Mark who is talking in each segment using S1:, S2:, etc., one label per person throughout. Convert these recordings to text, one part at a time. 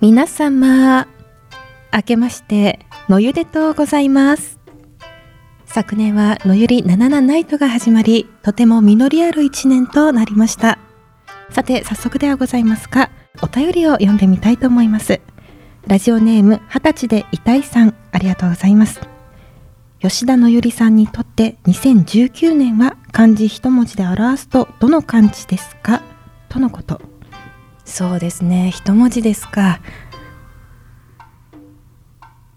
S1: 皆様明けましてのゆでとうございます昨年はのゆり77ナイトが始まりとても実りある一年となりましたさて早速ではございますがお便りを読んでみたいと思いますラジオネーム二十歳で痛いさんありがとうございます吉田のゆりさんにとって2019年は漢字一文字で表すとどの漢字ですかとのこと
S2: そうですね一文字ですか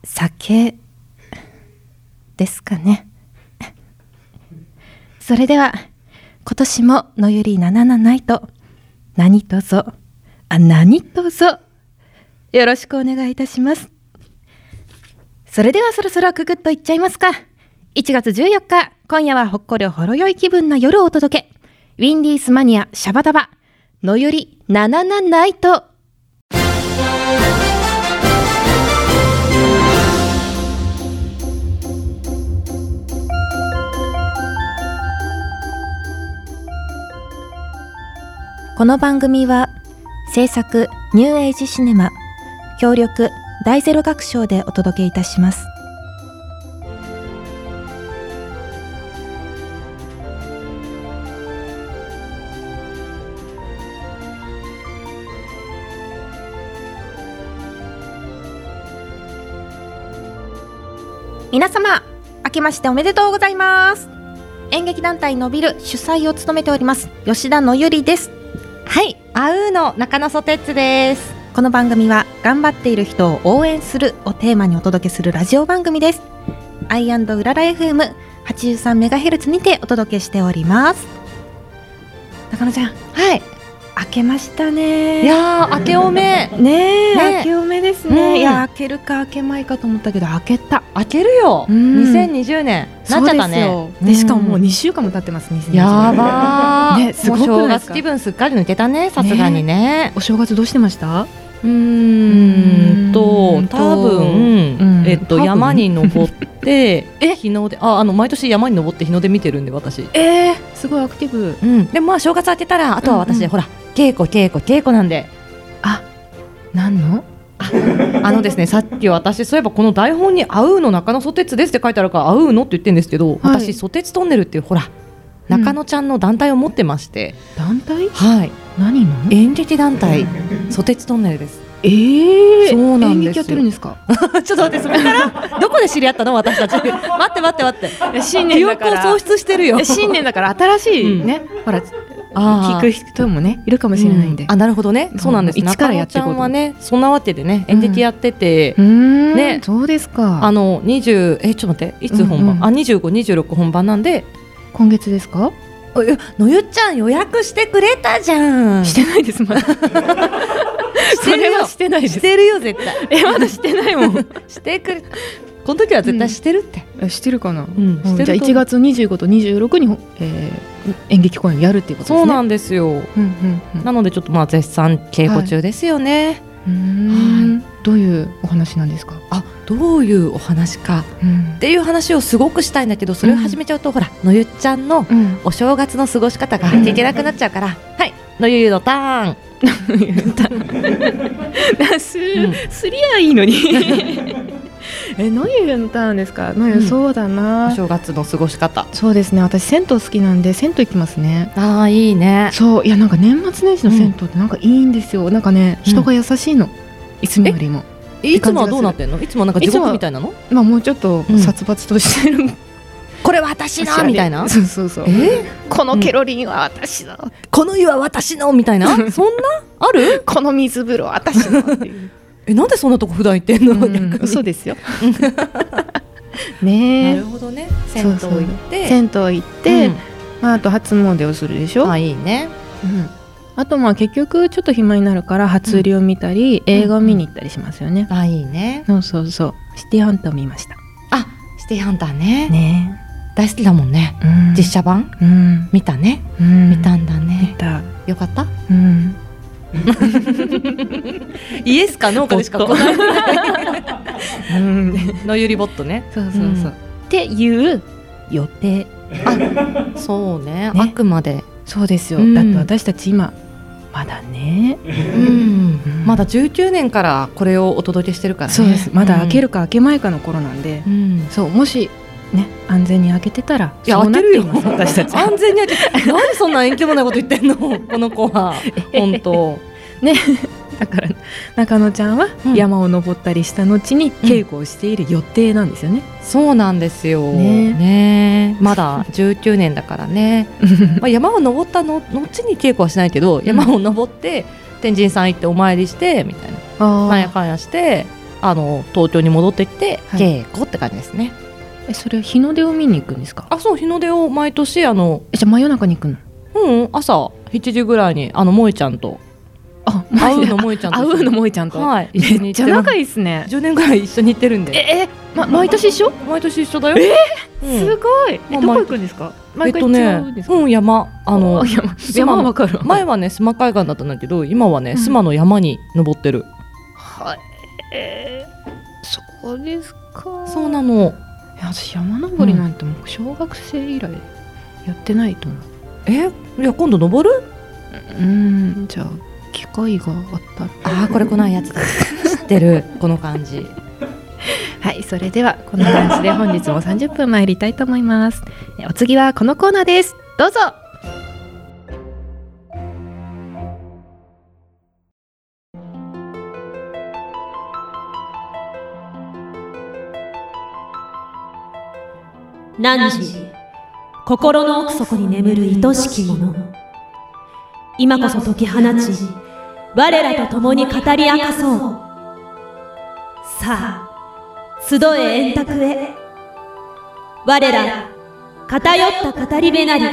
S1: 酒ですかね それでは今年ものゆり77ナイト何とぞあ何とぞよろしくお願いいたしますそれではそろそろくぐっといっちゃいますか1月14日今夜はほっこりほろ酔い気分な夜をお届けウィンディースマニアシャバダバのゆり77ナイトこの番組は制作ニューエイジシネマ協力大ゼロ学賞でお届けいたします皆様明けましておめでとうございます演劇団体のびる主催を務めております吉田のゆりです
S2: はいあうの中野ソテツです
S1: この番組は頑張っている人を応援するをテーマにお届けするラジオ番組ですアイうらら FM83 メガヘルツにてお届けしております中野ちゃん
S2: はい
S1: 明けましたね
S2: いやー明けおめ
S1: ねえ、
S2: ねえ
S1: 明けおめです
S2: う
S1: ね
S2: ん
S1: いや明けるか明けまいかと思ったけど明けた
S2: 明けるよ
S1: うん
S2: 2020年なっちゃっ
S1: そ
S2: た
S1: う
S2: ね
S1: ですよでしかももう
S2: うん
S1: 2週間も経ってます2020年
S2: やばー、
S1: ねすごくないですか
S2: もう正月気分すっかり抜けたねさすがにね
S1: お正月どうしてました
S2: うーんと
S1: うんと
S2: 多分、
S1: うん
S2: えっ
S1: 多
S2: と
S1: 分
S2: 山に登って 日の出ああの毎年山に登って日の出見てるんで私
S1: えー、すごいアクティブ
S2: うんでもまあ正月明けたらあとは私、
S1: うんうん
S2: ほら稽古稽古稽古なんで
S1: あ何の
S2: あのですね、さっき私、そういえばこの台本に、あうの中野ソテツですって書いてあるから、あうのって言ってるんですけど、私、ソテツトンネルっていう、ほら、
S1: うん
S2: 中野ちゃんの団体を持ってまして、
S1: 団体
S2: はい、
S1: 何の
S2: 演劇団体、ソテツトンネルです。
S1: えー、
S2: そうなんですよ
S1: 演劇やってるんですか
S2: ちょっと待って、それから、どこで知り合ったの、私たち。待って待って待っ
S1: い
S2: て。
S1: や新
S2: 記憶を喪失してるよ。
S1: 新年だから 新しいね、ほら
S2: あ
S1: 聞
S2: ー
S1: く人もねいるかもしれないんで、
S2: うあ、なるほどね。 そうなんです。
S1: うん一からやっていこうと
S2: 中野ちゃんはね、そんなわけでね、演劇やってて、
S1: うーん
S2: ね
S1: そうです
S2: あ
S1: か
S2: の20えちょっと待っていつ本番、
S1: うんうん
S2: あ2526本番なんで
S1: 今月ですか
S2: えのゆちゃん予約してくれたじゃん
S1: してないですまだそ
S2: る
S1: れ
S2: よ
S1: はしてないで
S2: し
S1: す
S2: てるよ絶対
S1: えまだしてないもん
S2: してくれこの時は絶対してるって、
S1: えしてるかな、
S2: うん
S1: うん
S2: してる
S1: じゃあ1月25と26に、えー演劇公演をやるっていうことで
S2: そ
S1: す
S2: う
S1: ね
S2: なんですよ
S1: うんうんうん
S2: なのでちょっとまあ絶賛稽古中ですよね、
S1: うーんどういうお話なんですか、
S2: あどういうお話か
S1: うん
S2: っていう話をすごくしたいんだけどそれを始めちゃうと、ほらのゆちゃんの
S1: うん、
S2: お正月の過ごし方が聞けなくなっちゃうから、はいのゆゆのターン
S1: す、
S2: う
S1: すりゃいいのにえノイユのターンですかノイユ、
S2: うん
S1: そうだ
S2: お
S1: な
S2: 正月の過ごし方
S1: そうですね私銭湯好きなんで銭湯行きますね
S2: ああいいね
S1: そういやなんか年末年始の銭湯ってなんかいいんですよ、なんかね
S2: うん
S1: 人が優しいの、いつもよりも
S2: いつもはどうなってんのいつもなんか地
S1: いつも
S2: 獄
S1: は
S2: みたいなの
S1: まあもうちょっと
S2: うん
S1: 殺伐としてる、
S2: これは私のみたいな
S1: そうそうそう
S2: え
S1: このケロリンは私だ、
S2: この湯は私のみたいなそんなある
S1: この水風呂は私だっていう、
S2: えなんでそんなとこ普段行ってん
S1: う
S2: の、
S1: ん、嘘
S2: で
S1: ですよねえ
S2: ほどね
S1: そうそう
S2: て
S1: 銭湯行って、まあ、あと初詣をするでしょ、
S2: あいいね
S1: うん、あとまあ結局ちょっと暇になるから初売りを見たり、映画を見に行ったりしますよね、
S2: あいいね
S1: そうそうそうシティハンター見ました
S2: あシティハンターね
S1: ね
S2: 大好きだもんね
S1: うん
S2: 実写版
S1: うん、
S2: 見たね、
S1: うん、
S2: 見たんだ
S1: 見
S2: ね
S1: た
S2: よかった
S1: うん
S2: イエスかノー
S1: かでしか
S2: 答えない
S1: うん
S2: のゆりボットね
S1: そうそうそう、
S2: うん
S1: っていう予定
S2: そう
S1: ね
S2: ねあくまで
S1: そうですよ、
S2: うん
S1: だって私たち今まだね、
S2: うん、まだ19年からこれをお届けしてるからね
S1: そうですまだ開けるか開けまいかの頃なんで、
S2: うん、うん
S1: そうもしね安全に開けてたら
S2: いや
S1: そうなってい
S2: 開けるよ
S1: ます私 たち
S2: 安全に 開けてなんでそんな遠距離もないこと言ってんのこの子は本当
S1: だから中野ちゃんは
S2: うん
S1: 山を登ったりした後に稽古をしている予定なんですよね。
S2: そうなんですよ
S1: ね
S2: ねえまだ19年だから ね、まあ、山を登ったの後に稽古はしないけど山を登って天神さん行ってお参りしてみたいな
S1: あ
S2: なんやかんやしてあの東京に戻ってきて
S1: はい
S2: 稽古って感じですね、
S1: えそれは日の出を見に行くんですか
S2: あそう日の出を毎年あの
S1: えじゃあ真夜中に行 くの
S2: うんうん朝7時ぐらいにあの萌えちゃんと
S1: あ
S2: 会うの
S1: も
S2: 萌えちゃんと
S1: 会うのもいちゃんと、
S2: はい一
S1: め
S2: 緒に
S1: っ
S2: 行
S1: ち
S2: っ
S1: ゃ
S2: て
S1: 仲
S2: い
S1: いいっすね
S2: 10年ぐらい一緒に行ってるんで
S1: ええ、ま、毎年一緒、
S2: 毎年一緒だようん
S1: すごいえ
S2: まあ
S1: どこ行くんですか
S2: え
S1: 毎
S2: っ
S1: 回
S2: と
S1: 違
S2: ね
S1: うんですか、
S2: うん山あの
S1: あ山
S2: すまん
S1: 山はわかる
S2: 前はね須磨海岸だったんだけど今はね
S1: うん
S2: 須磨の山に登ってる、
S1: はいえー、そうですか
S2: そうなの
S1: いや私山登りなんてもう小学生以来やってないと思う
S2: えいや今度登る
S1: うんじゃあ機会があったら
S2: ああこれ来ないやつだ知ってるこの感じ
S1: はいそれではこんな感じで本日も30分参りたいと思いますお次はこのコーナーですどうぞ
S3: 汝心の奥底に眠る愛しきもの今こそ解き放ち我らと共に語り明かそうさあ集え円卓へ我ら偏った語り部なり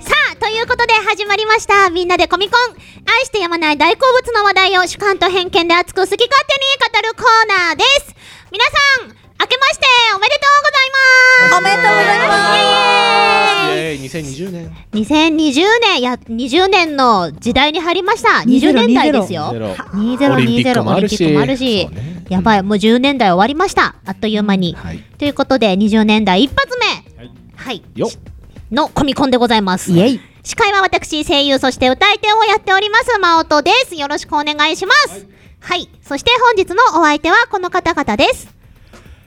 S4: さあ、ということで始まりました。みんなでコミコン。愛してやまない大好物の話題を主観と偏見で熱く好き勝手に語るコーナーです。皆さん、明けましておめでとうございます。おめでとうございます。
S5: イエーイ2020年
S4: 2020年、いや、20年の時代に入りました。20年代ですよ。
S5: ゼロ
S4: 2020
S5: オリンピックもある
S4: オリンピックもある
S5: し
S4: し
S5: そうね
S4: やばい、もう10年代終わりました。あっという間に。
S5: はい
S4: ということで、20年代一発目。
S5: はい
S4: はい。
S5: よ
S4: のコミコンでございます。
S1: イエイ
S4: 司会は私、声優、そして歌い手をやっております、まおとです。よろしくお願いします。はい、そして本日のお相手はこの方々です。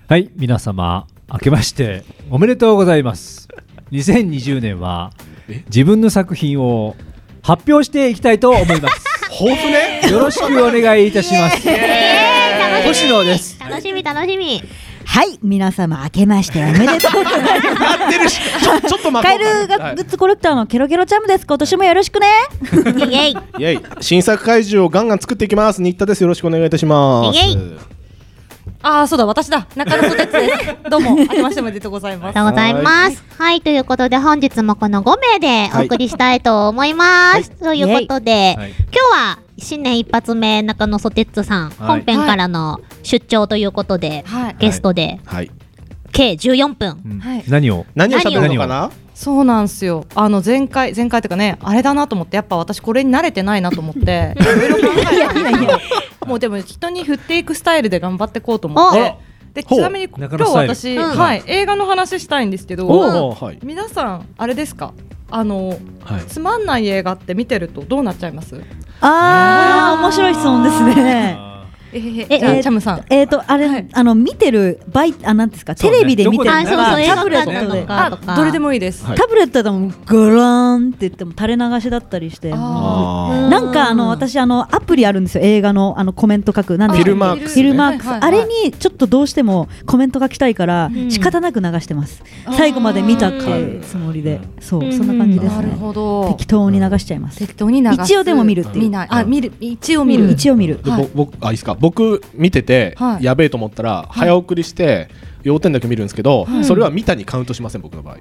S6: はい、皆様、明けましておめでとうございます。2020年は
S5: え
S6: 自分の作品を発表していきたいと思 います。
S5: 豊富ね
S6: よろしくお願いいたします。
S4: 楽しみ
S6: 星野です。
S4: 楽しみ、楽しみ。
S7: はい、皆様明けましておめでとうございます。
S5: 合ってるしちょちょっと待
S7: カ
S5: っ
S7: エ
S5: て
S7: ル
S5: は
S7: が
S5: い
S7: グッズコレクターのケロケロチャムです。今年もよろしくね。
S4: イエイ。
S5: イエイ新作怪獣をガンガン作っていきます新田ですよろしくお願いいたします
S4: イエイ
S2: ああそうだ私だ中野哲ですどうも明けましておめでとうございま
S4: あり
S2: す
S4: がとうございます。はい、ということで本日もこの5名でお送りしたいと思います。ということで、
S6: はい
S4: 今日は新年一発目中野ソテッツさん、
S6: はい
S4: 本編からの出張ということで、
S2: はい
S4: ゲストで
S5: はい
S4: 計14分、
S6: うん
S2: はい
S6: 何を
S5: 何を喋るのかな
S2: そうなんですよあの前回前回というかねあれだなと思ってやっぱ私これに慣れてないなと思っていろいろ考えたんですけどもうでも人に振っていくスタイルで頑張っていこうと思っ
S4: お
S2: てで
S5: ほう
S2: ちなみに今
S6: 中
S2: 日
S6: 野スタ
S2: 私、
S6: イル
S4: うん
S2: はい、映画の話したいんですけど
S6: おう
S5: はい
S2: 皆さんあれですかあの
S5: はい
S2: つまんない映画って見てるとどうなっちゃいます
S7: あー、面白い質問ですね。
S2: え
S7: え
S2: じゃあ
S7: え
S2: チャムさん
S7: えっと、あれ、あの、見てる媒体、あ、なんですか、テレビで見てる
S4: あ
S7: の
S4: そう
S7: か
S4: そう映
S7: タブレ
S4: 画
S7: ッ
S4: 館
S7: ト
S4: と
S7: で。
S4: かとか
S2: あどれでもいいです、
S5: はい
S7: タブレットでもゴローンって言っても垂れ流しだったりして。
S2: あ
S5: あ
S7: なんかあの私あのアプリあるんですよ映画のあのコメント書くなんで
S5: フィルマークス
S7: フィルマークス、
S2: はいはい
S7: あ
S2: はい
S7: れにちょっとどうしてもコメント書きたいから
S2: ん
S7: 仕方なく流してます、最後まで見たっていうつもりで、そう、そんな感じです
S2: なる
S7: ね
S2: ほど
S7: 適当に流しちゃいます、
S2: 適当に流す
S7: 一応でも見るっていう
S2: 見ないあ見る一応
S7: うん
S2: 見る、
S7: 一応見る
S5: で
S2: はい
S5: ぼ僕あいいですか僕見てて
S2: はい
S5: やべえと思ったら早送りして要点だけ見るんですけどそれは見たにカウントしません僕の場合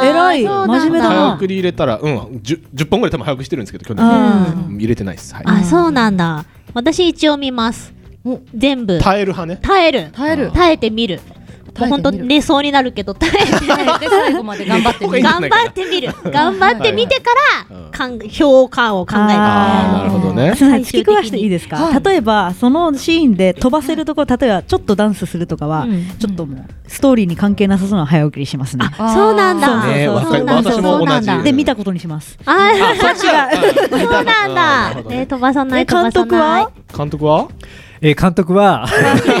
S7: ああ偉い
S4: そうなん
S7: 真
S4: だ
S7: 面目だ
S5: 早
S7: な
S5: 送り入れたらうん 10, 10本ぐらい多分早送りしてるんですけど去年
S7: あ
S5: うん入れてないですはい
S4: あそうなんだ私一応見ます
S2: お
S4: 全部
S5: 耐える派ね
S4: 耐える
S2: 耐える
S4: 耐えてみる
S2: 耐えてみる
S4: 本当寝そうになるけど耐えて
S2: で最後まで頑張ってみ
S5: いいん
S2: る
S5: じゃ
S4: 頑
S5: ないかな
S4: 張ってみる頑張ってみてから
S5: うん
S4: かん評価を考える
S5: あーなるほどね
S7: すみません、付け加えしていいですか、
S2: はい
S7: 例えば、そのシーンで飛ばせるところ、例えばちょっとダンスするとかは、
S2: うん
S7: ちょっともう、ストーリーに関係なさそうなのは早送りしますね。
S4: あそうなんだ
S7: そうね
S4: そう
S7: わかる
S4: なんだ
S7: 私
S5: も
S4: そうなんだ
S5: 同じ
S7: で、見たことにします。
S4: あー
S5: そっちが
S4: そうなん
S5: あーなる
S4: だ
S5: ほど
S4: ね
S5: ね
S4: 飛ばさない
S7: え
S4: 飛ば
S7: 監
S4: さ
S7: 督
S4: ない
S7: は
S5: 監督は
S6: えー監督は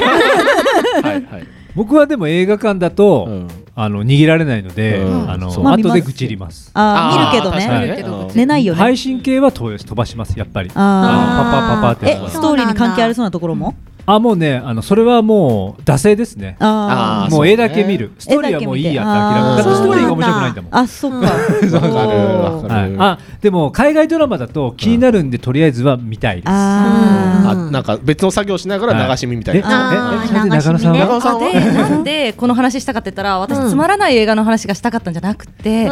S5: はいはい
S6: 僕はでも映画館だ
S5: う
S6: と
S5: ん
S6: あの逃げられないので
S5: うん
S6: あの
S5: そうま
S7: あ見
S6: 後
S7: ます
S6: で愚痴ります
S7: あー見るけど
S5: 確かに
S7: ね。
S2: 見るけど
S5: うん
S7: 寝ないよね。
S6: 配信系は飛飛ばしますやっぱり
S7: あ
S6: あのパパパパって
S7: え
S6: やつ
S7: ス
S6: は
S4: そ
S7: トー
S4: う
S7: リーに関係ありそうなところも
S6: あもうねあのそれはもう惰性ですね
S7: あ
S5: あ
S6: もう絵だけ
S5: そうね
S6: 見るストーリーはもういいやって諦め
S7: あー
S6: るだってストーリーが面白くないんだもん
S7: ーあそっか
S5: わかるわか
S6: はい
S5: る、
S6: あでも海外ドラマだと気になるんでとりあえずは見たいです
S7: あ
S5: あなんか別の作業しながら流し見みたい
S6: ええ
S5: な、
S4: あー
S6: えなんで中野さん
S4: 流し見
S6: は
S4: ね
S5: 中野さんは
S2: でなんでこの話したかって言ったら私つまらない映画の話がしたかったんじゃなくて、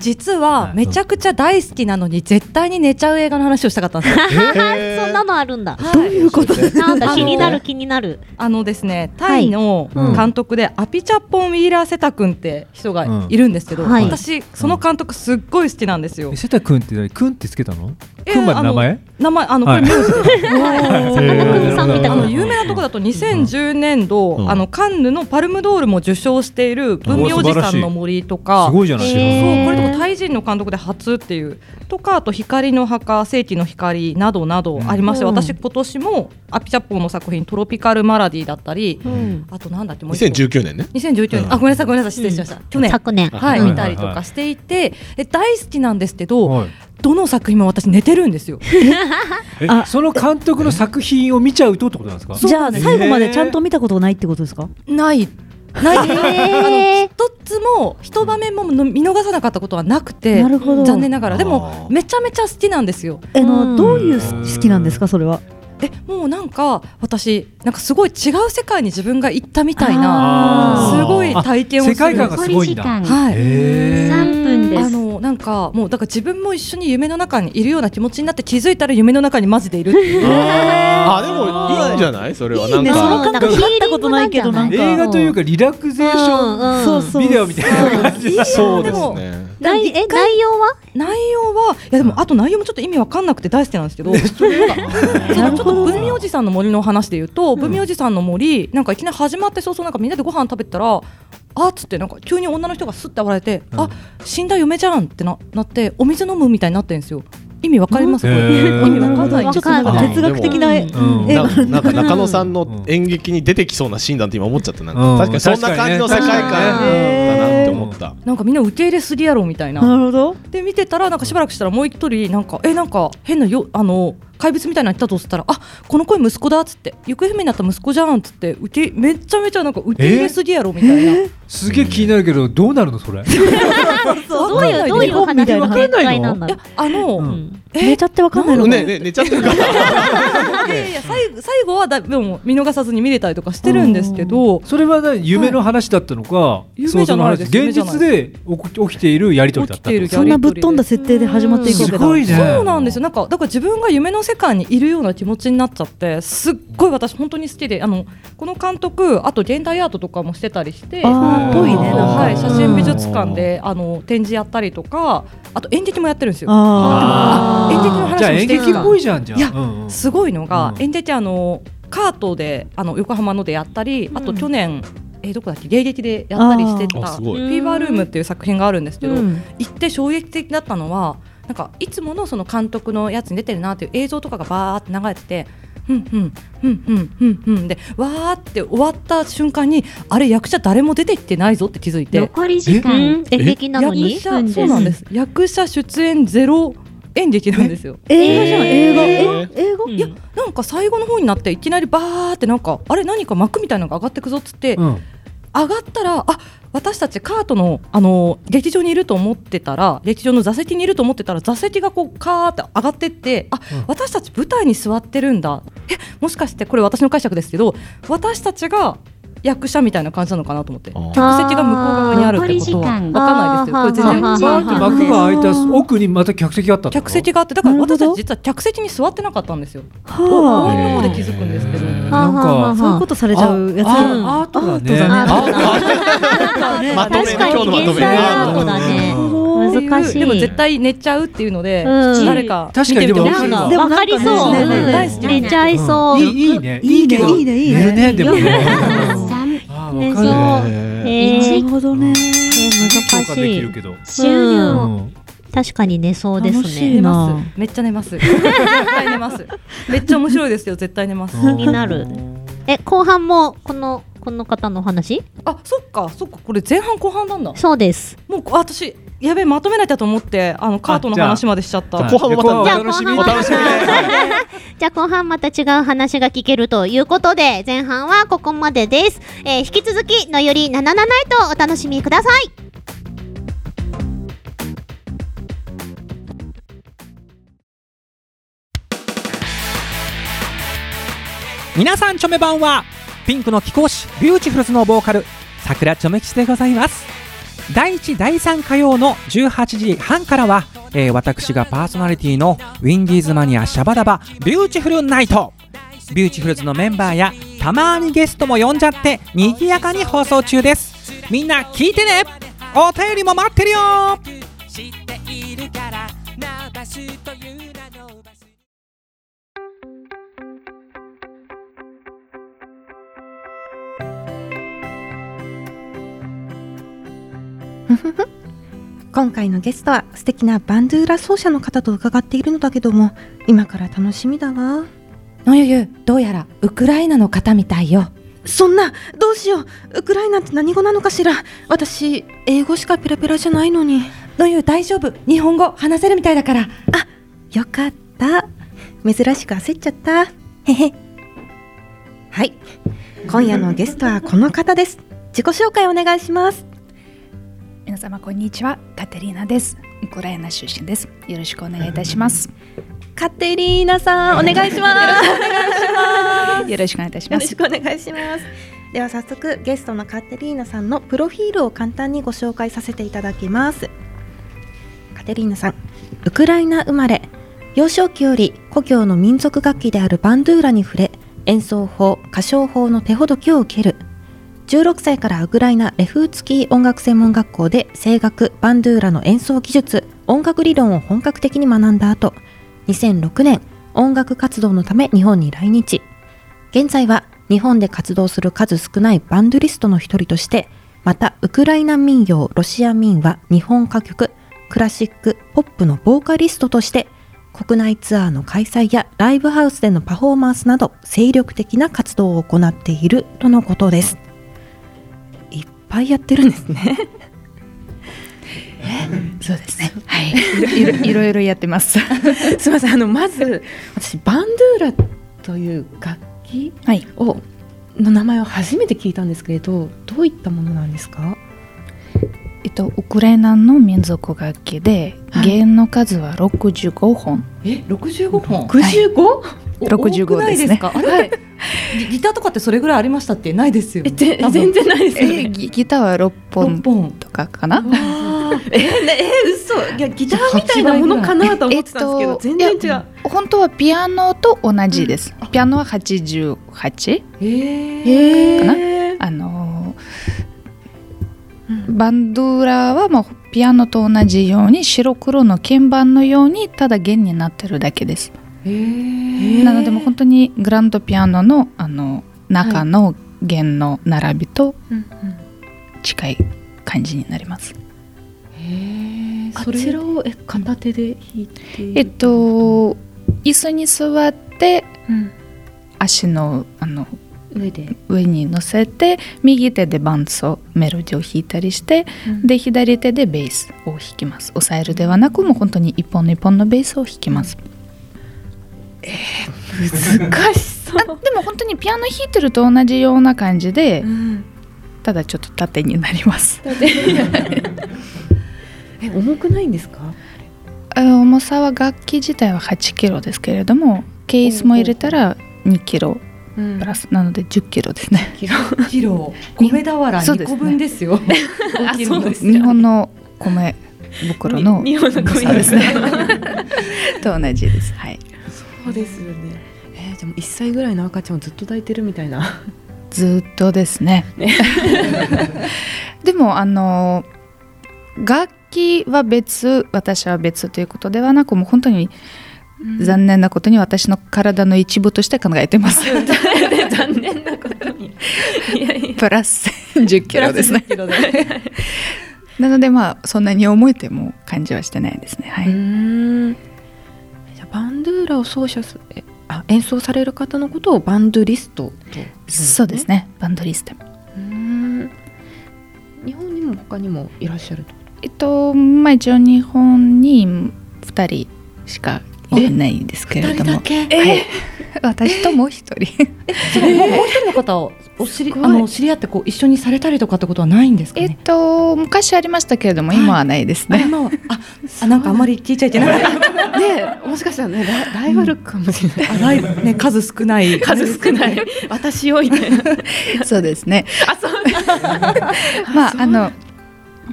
S2: 実はめちゃくちゃ大好きなのに絶対に寝ちゃう映画の話をしたかったん ですよ。
S5: へー
S4: そんなのあるんだ
S2: どういうこと
S4: なんだ
S2: あ
S4: 気
S2: の
S4: になる気になる
S2: あのですねタイの
S6: うん
S2: 監督で、アピチャポン・ウィーラー・セタ君って人がいるんですけど、
S4: うんはい
S2: 私その監督すっごい好きなんですよ。
S6: 瀬田君って誰君ってつけたの
S2: え
S6: 君まで名
S2: あの
S6: 前
S2: 名前あのこれ
S6: はい
S2: 名字です
S4: 中野さんみたい
S2: あ
S4: な
S2: の有名なとこだと2010年度、
S5: うん
S2: あのカンヌのパルムドールも受賞している文明寺さんの森とか
S6: すごいじゃない
S4: へー
S2: そうこれとかタイ人の監督で初っていうとかあと「光の墓」「世紀の光」などなどありまして、
S4: うん
S2: 私今年もアピチャッポーの作品「トロピカル・マラディ」だったり、
S4: うん
S2: あとなんだっけもう一個
S5: 2019年ね
S2: 2019年、あごめんなさいごめんなさい失礼しました、去年
S4: 昨年
S2: はい、
S4: うん
S2: 見たりとかしていて、で大好きなんですけど、
S6: はい
S2: どの作品も私寝てる んですよ。
S6: えその監督の作品を見ちゃうとってことなんですか
S7: じゃあ最後までちゃんと見たことないってことですか
S2: ない。ない。
S4: へー
S2: あの一つも一場面もの見逃さなかったことはなくて
S7: なるほど
S2: 残念ながらでも
S5: あー
S2: めちゃめちゃ好きなんですよ
S7: え
S4: う
S7: の
S4: ん
S7: どういう好きなんですかそれは
S2: えもうなんか私なんかすごい違う世界に自分が行ったみたいな
S6: あー
S2: すごい体験をする
S6: 世界観がすごいんだ
S4: 残り時間
S2: はい
S6: へー
S4: 分
S2: あのなんかもうだから自分も一緒に夢の中にいるような気持ちになって気づいたら夢の中にマジでいるっていう
S5: あでもいいんじゃないそれはなん
S7: ねそ
S5: か
S7: の感覚
S4: な
S7: 見
S4: んか
S7: ったことないけどなんか
S6: 映画というかリラクゼーション
S4: うん
S7: そう
S6: ビデオみたいな感じで
S5: そう
S2: で
S5: です
S2: も
S5: ね
S4: 内え内容は
S2: 内容はいやでもあと内容もちょっと意味わかんなくて大好きなんですけどそ
S6: な
S2: の
S6: る
S2: ちょっ
S6: ほ
S2: と
S6: ど
S2: 文明寺さんの森の話で言うと、文明寺さんの森なんかいきなり始まって早々なんかみんなでご飯食べてたらあっつってなんか急に女の人がすって現れて、
S6: うん
S2: あ死んだ嫁じゃんってななってお水飲むみたいになってんですよ意味わかります、
S6: へ
S2: これ
S6: ー
S2: 意味わかんない
S4: わ
S7: ちょっと
S4: か
S7: なんん
S4: な
S7: か
S4: い
S7: 哲学的な
S2: うん
S6: うん
S7: え
S5: ななんか中野さんの演劇に出てきそうなシーンだって今思っちゃったなんか、
S6: うん
S5: 確かにそんな感じの世界観
S4: 確か
S5: だ
S4: に
S7: ね
S5: なって思った、
S2: なんかみんな受け入れすぎやろみたいな、
S7: なるほど
S2: で見てたらなんかしばらくしたらもう一人なんかえなんか変なよあの怪物みたいなの来たとっつったらあこの声息子だっつって行方不明になった息子じゃんっつってうけめっちゃめちゃなんか受け入れすぎやろみたいな、
S6: すげえ気になるけどどうなるのそれ
S4: どういうどういう話の展開なんだ
S2: い
S4: ろう
S2: やあの、
S6: うん
S7: 寝ちゃってわかんないのかな
S5: ねね寝ちゃってるから
S2: いやいや最後最後はだでも見逃さずに見れたりとかしてるんですけど、
S6: それは何夢の話だったのか
S2: い
S6: 想像の話
S2: 夢じゃないです
S6: 現
S2: 夢じゃ
S6: 実
S2: な
S6: で起き起きているやりとりだったってこ
S2: 起きてい
S6: と
S7: そんなぶっ飛んだ設定で始まっていくわけだ
S6: すごいね
S2: そうなんですよなんかだから自分が夢の世界にいるような気持ちになっちゃってすっごい私本当に好きであのこの監督あと現代アートとかもしてたりして
S7: あーぽいねなんか
S2: はい、写真美術館であの展示やったりとかあと演劇もやってるんですよ。
S7: あ
S2: 演
S7: ー
S2: 劇の話も
S6: じゃあ
S2: し
S6: 演
S2: ていい
S6: 劇
S2: です
S6: っ
S2: か
S6: ぽいじゃんじゃん
S2: いや
S6: うんうん
S2: すごいのが、
S6: うん
S2: 演劇あのカートであの横浜のでやったり、あと去年えーどこだっけ芸劇でやったりしてた
S5: あーあす
S2: 「フ
S5: ごい
S2: ィーバールーム」っていう作品があるんですけど、
S7: うん
S2: 行って衝撃的だったのはなんかいつものその監督のやつに出てるなっていう映像とかがバーって流れてて。ふんふんふんふんふんふんでわーって終わった瞬間にあれ役者誰も出てきてないぞって気づいて
S4: 残り時間
S5: え
S4: 演劇なのに
S2: 役者そうなんです役者出演ゼロ演劇なんですよ
S7: 映画じゃん映画
S5: え
S7: え映画
S2: いやなんか最後の方になっていきなりバーってなんかあれ何か幕みたいなのが上がってくぞっつって、
S6: うん
S2: 上がったらあ私たちカートのあの劇場にいると思ってたら劇場の座席にいると思ってたら座席がこうカーって上がってってあ、
S6: うん
S2: 私たち舞台に座ってるんだえもしかしてこれ私の解釈ですけど私たちが役者みたいな感じなのかなと思って
S5: あー
S2: 客席が向こう側にあるってことは分かんないですよこれ全
S4: あ
S2: 然
S4: ー
S6: バーって幕が開いた奥にまた客席があったってこ
S2: 客
S6: と
S2: 席があってだから
S7: なるほ
S2: 私
S7: ど
S2: たち実は客席に座ってなかったんですよ
S7: は
S2: 応援の方で気づくんですけど
S6: へ
S4: は
S6: ー
S4: あ
S6: なん
S4: はあ
S7: あ
S6: か
S7: そういうことされちゃうやつ
S6: あアートだねアー ト
S5: まとめ
S4: 確か
S5: 今日のま
S4: に
S5: と
S4: 現
S5: め
S4: 代アートだね
S2: っていう
S4: 難しい
S2: でも絶対寝ちゃうっていうので、
S7: うん
S2: 誰か見
S6: 確か
S2: てみて
S6: にで
S2: ほ
S6: も
S2: しい
S6: わかるわ
S7: でも
S4: わかり
S7: な
S4: そ
S7: んか
S4: う
S7: ねねね
S2: 大好き
S4: 寝ちゃいそう
S6: いいいいね
S7: いいね
S6: けど
S7: いいねいいね
S6: 寝るねでもねあーわかるね
S5: え
S4: え
S7: な
S4: ー
S7: るほどね
S4: 難
S6: 評価
S4: し
S6: でき
S4: い
S6: るけど
S4: 収入
S6: うん
S4: 確かに寝そうです
S7: 楽しい
S4: ね
S2: 寝
S7: な
S2: ますめっちゃ寝ます 絶対寝ますめっちゃ面白いですよ絶対寝ます
S4: になるえ後半もこのこの方のお話
S2: あそっかそっかこれ前半後半なんだ
S4: そうです
S2: もうあ私やべえまとめなきゃと思ってあのカートの
S6: あじゃあ
S2: 話までしちゃった
S5: 後半もまた
S6: お
S4: じゃあ
S6: 楽
S4: 後半
S6: しみに
S4: またじゃあ後半また違う話が聞けるということで前半はここまでです、えー引き続きのより77ナイトをお楽しみください
S8: 皆さんチョメ版はピンクの貴公子ビューティフルズのボーカル桜チョメ吉でございます第1第3火曜の18時半からは、えー私がパーソナリティのウィンディーズマニアシャバダバビューティフルナイトビューティフルズのメンバーやたまにゲストも呼んじゃって賑やかに放送中ですみんな聞いてねお便りも待ってるよ
S1: 今回のゲストは素敵なバンドゥーラ奏者の方と伺っているのだけども今から楽しみだわ
S2: のゆゆどうやらウクライナの方みたいよ
S1: そんなどうしようウクライナって何語なのかしら私英語しかペラペラじゃないのに
S2: のゆ大丈夫日本語話せるみたいだから
S1: よかった珍しく焦っちゃったへへはい今夜のゲストはこの方です自己紹介お願いします
S9: 皆様こんにちはカテリーナですウクライナ出身ですよろしくお願いいたします
S1: カテリーナさんお願いします
S9: よろしくお願いいたし
S1: よ
S9: ま
S1: ろ
S9: す
S1: しくお願いしますでは早速ゲストのカテリーナさんのプロフィールを簡単にご紹介させていただきますカテリーナさんウクライナ生まれ幼少期より故郷の民族楽器であるバンドゥーラに触れ演奏法歌唱法の手ほどきを受ける16歳からウクライナレフーツキー音楽専門学校で声楽バンドゥーラの演奏技術音楽理論を本格的に学んだ後2006年音楽活動のため日本に来日現在は日本で活動する数少ないバンドリストの一人としてまたウクライナ民謡ロシア民話日本歌曲クラシックポップのボーカリストとして国内ツアーの開催やライブハウスでのパフォーマンスなど精力的な活動を行っているとのことですいっぱいやってるんです ね
S9: そうですねはいいろいろいろやってますは
S1: すみませんあのまず私バンドゥーラという楽器
S9: い
S1: をの名前を初めて聞いたんですけれどどういったものなんですか
S9: えっとウクライナの民族楽器で
S1: はい
S9: 弦の数は65本
S2: え65本
S1: 九十五？
S2: お
S9: 65
S2: 多くないですかあれ、 ギギターとかってそれぐらいありましたっけないですよ
S1: えぜ
S2: 多
S1: 全
S2: 分
S1: 然ないですよ
S9: え
S1: ね。
S9: ギギターは6
S2: 六
S9: 本
S2: 本
S9: とかかな
S1: えねえ嘘いやギターみたいなものかなと思ってたんですけど、全然
S9: い
S1: 違
S9: や
S1: う。
S9: 本当はピアノと同じです、ピアノは88
S2: えー
S1: へ
S9: かな
S1: え。
S9: あのーバンドゥーラはまあピアノと同じように白黒の鍵盤のようにただ弦になってるだけです。
S2: えー
S9: なのでもう本当にグランドピアノのあの中の弦の並びと近い感じになります。
S7: こちらをえ片手で弾いている
S9: えっと椅子に座って
S1: うん
S9: 足のあの
S7: 上で
S9: 上に乗せて右手で伴奏メロディーを弾いたりして、で左手でベースを弾きます押さえるではなくもう本当に一本の一本のベースを弾きます、
S1: 難し そう。
S9: あでも本当にピアノ弾いてると同じような感じで、
S1: うん。
S9: ただちょっと縦になります
S1: え重くないんですか？
S9: あ重さは楽器自体は8キロですけれどもケースも入れたら2キロ
S10: うん
S9: プラスなので1 0キロですね
S2: キロキロ 米俵
S9: そう
S2: 2
S9: です
S2: 個
S9: ね
S2: 分です よ。5キロの
S9: 日本の米袋の
S11: に日本の米
S9: そうですね と同じですはい
S2: そうですよね。
S1: えー、でも1歳ぐらいの赤ちゃんをずっと抱いてるみたいな
S9: ずっとですね。 でもあの楽器は別私は別ということではなくもう本当に残念なことに私の体の一部として考えて ます。
S11: 残念なことに。いやいや。
S9: プラス10キロですね。 なのでまあそんなに思えても感じはしてないですね。は
S1: う
S9: い。
S1: ーんじゃあバンドゥーラを奏者すえあ演奏される方のことをバンドゥリストと
S9: そうですね。バンドリスト。
S1: うーん日本にも他にもいらっしゃると
S9: えっとまあ一応日本に2人しかいないんですけれども、はい、私ともう1人。
S2: それもうもう一人の方をお知りあの知り合ってこう一緒にされたりとかってことはないんですか
S9: えっ
S2: ね。
S9: と昔ありましたけれども今はないですね。
S2: 今はああなんかあんまり聞いちゃいけない。
S1: ねもしかしたらねラライバルかもしれない、
S2: あライブね数少 ない
S11: 数少ない。私よいて。
S9: そうですね。
S11: あ、そう。
S9: まああの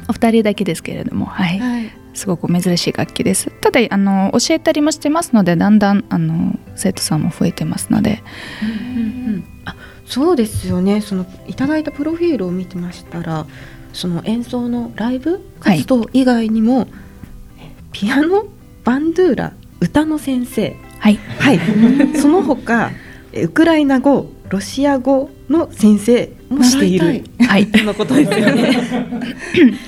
S9: お二人だけですけれども、はい、
S1: はい
S9: すごく珍しい楽器です。ただあの教えたりもしてますので、だんだんあの生徒さんも増えてますの で、
S1: あそうですよねそのいただいたプロフィールを見てましたらその演奏のライブ
S9: はい
S1: 活動以外にも、えピアノバンドゥーラ歌の先生
S9: はい、
S1: はいその他えウクライナ語ロシア語の先生もしてい
S2: 習い
S1: る
S9: はい、
S1: のことですよね。いや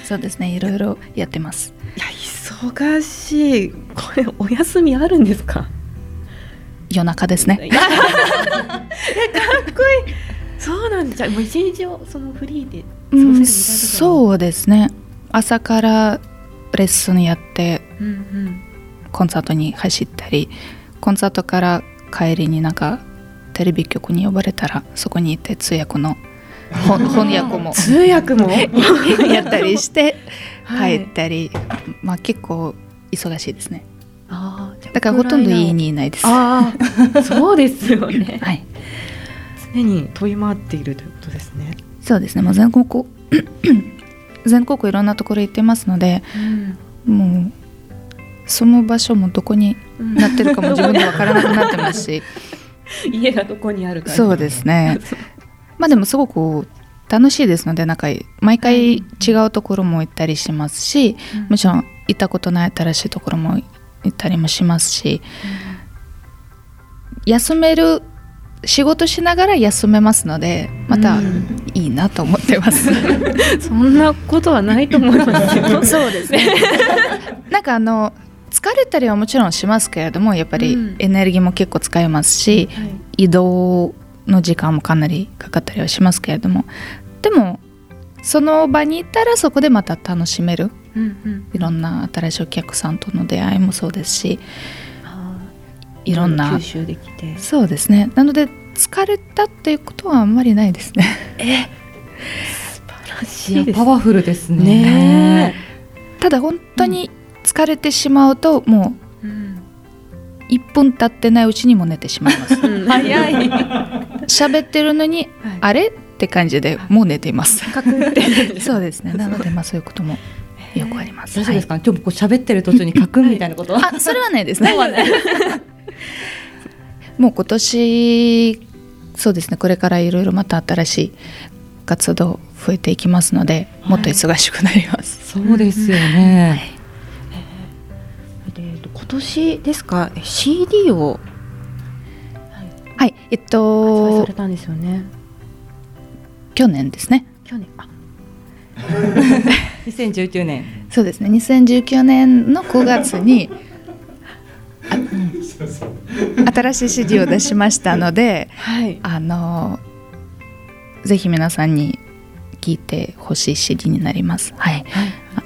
S9: そうですね。いろいろやってます。
S1: 忙しいこれお休みあるんですか
S9: 夜中です ね。
S1: そうなんですじゃあもう一日をそのフリーで
S9: う
S1: 過ごせるみたい
S9: ん、
S1: な
S9: そうですね。朝からレッスンやって、
S1: うんうん
S9: コンサートに走ったりコンサートから帰りになんかテレビ局に呼ばれたらそこに行って通訳 のほん翻訳も
S1: 通訳も
S9: やったりして
S1: はい
S9: 帰ったり、まあ結構忙しいですね
S1: あーじゃあ
S9: だからほとんど
S1: ウクライナを
S9: 家にいないですは
S1: ああ、そうです よね。
S9: い
S1: 常に飛び回っているということですね。
S9: そうですねもう全国 全国いろんなところ行ってますのでもうその場所もどこになってるかも自分でわからなくなってますし
S1: 家がどこにあるか。
S9: そうですね。 まあでもすごく楽しいですのでなんか毎回違うところも行ったりしますし、もちろん行ったことない新しいところも行ったりもしますし、休める仕事しながら休めますのでまたいいなと思ってます。
S1: そんなことはないと思います よ。
S9: そうですね。なんかあの疲れたりはもちろんしますけれどもやっぱ
S1: うん
S9: りエネルギーも結構使えますし、移動の時間もかなりかかったりはしますけれどもでもその場にいたらそこでまた楽しめるいろんな新しいお客さんとの出会いもそうですしいろんな
S1: 吸収できて。
S9: そうですねなので疲れたっていうことはあんまりないですね。
S2: いやパワフルですね。
S1: ね
S9: ただ本当に疲れてしまうともう1分経ってないうちにもう寝てしまいます
S1: 早い。
S9: 喋ってるのに、
S1: はい
S9: あれって感じでもう寝ています。 そうですね。なのでまあそういうこともよくあります。
S2: 大丈夫ですか、今日こう喋ってる途中にカクンみたい なことは、
S9: はいあ、それはないですね。 もう今年そうですね。これからいろいろまた新しい活動増えていきますので、もっと忙しくなります。
S2: そうですよね、
S1: でえっと今年ですか CD を
S9: はい、えっ
S1: 発売さ
S9: と
S1: れたんですよね。
S9: 去年ですね。
S1: 去年あ
S2: 2019年
S9: そうですね。2019年の9月に。あ新しい CD を出しましたので、
S1: はい。
S9: あのぜひ皆さんに聞いてほしい CD になります。はい。あ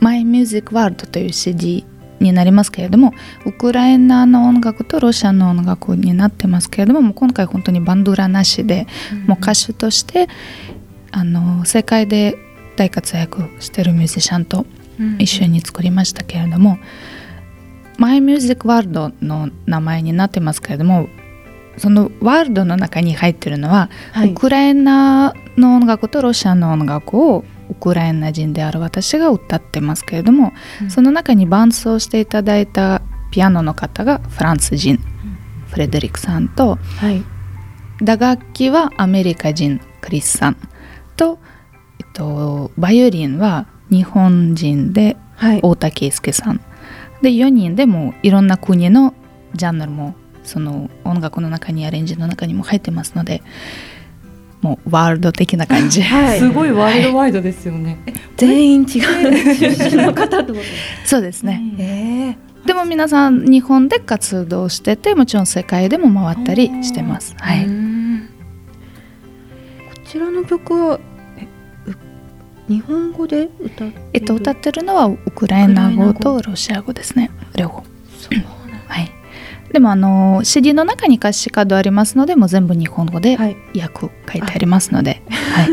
S9: My Music World という CD になりますけれども、ウクライナの音楽とロシアの音楽になってますけれども、もう今回本当にバンドラなしで、もう歌手としてあの世界で大活躍してるミュージシャンと一緒に作りましたけれども、マイミュージックワールドの名前になってますけれどもそのワールドの中に入ってるのは、
S1: はい
S9: ウクライナの音楽とロシアの音楽をウクライナ人である私が歌ってますけれども、その中に伴奏していただいたピアノの方がフランス人、フレデリックさんと、打楽器はアメリカ人クリスさんと、えっと、バイオリンは日本人で太田圭介さん、で4人でもういろんな国のジャンルもその音楽の中にアレンジの中にも入ってますのでもうワールド的な感じ、
S2: すごいワイルドワイドですよね。え
S9: 全員違
S2: う出身の
S9: 方とそうですね、でも皆さん日本で活動しててもちろん世界でも回ったりしてますはい
S1: こちらの曲はえう日本語で歌って
S9: えっと歌ってるのはウクライナ語とロシア語ですね両方はいでもあの CD の中に歌詞カードありますのでもう全部日本語で訳書いてありますので、 はい、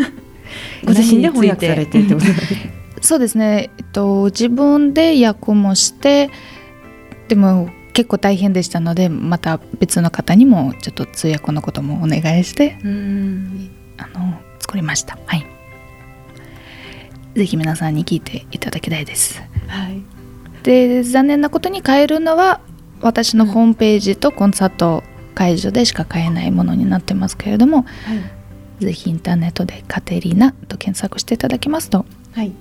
S1: ご自身で翻訳されてってことですね
S9: そうですね、えっと、自分で訳もしてでも結構大変でしたのでまた別の方にもちょっと通訳のこともお願いしてあの作りましたはいぜひ皆さんに聞いていただきたいです、
S1: はい、
S9: で残念なことに買えるのは私のホームページとコンサート会場でしか買えないものになってますけれども、ぜひインターネットで「カテリーナ」と検索していただきますと
S1: はい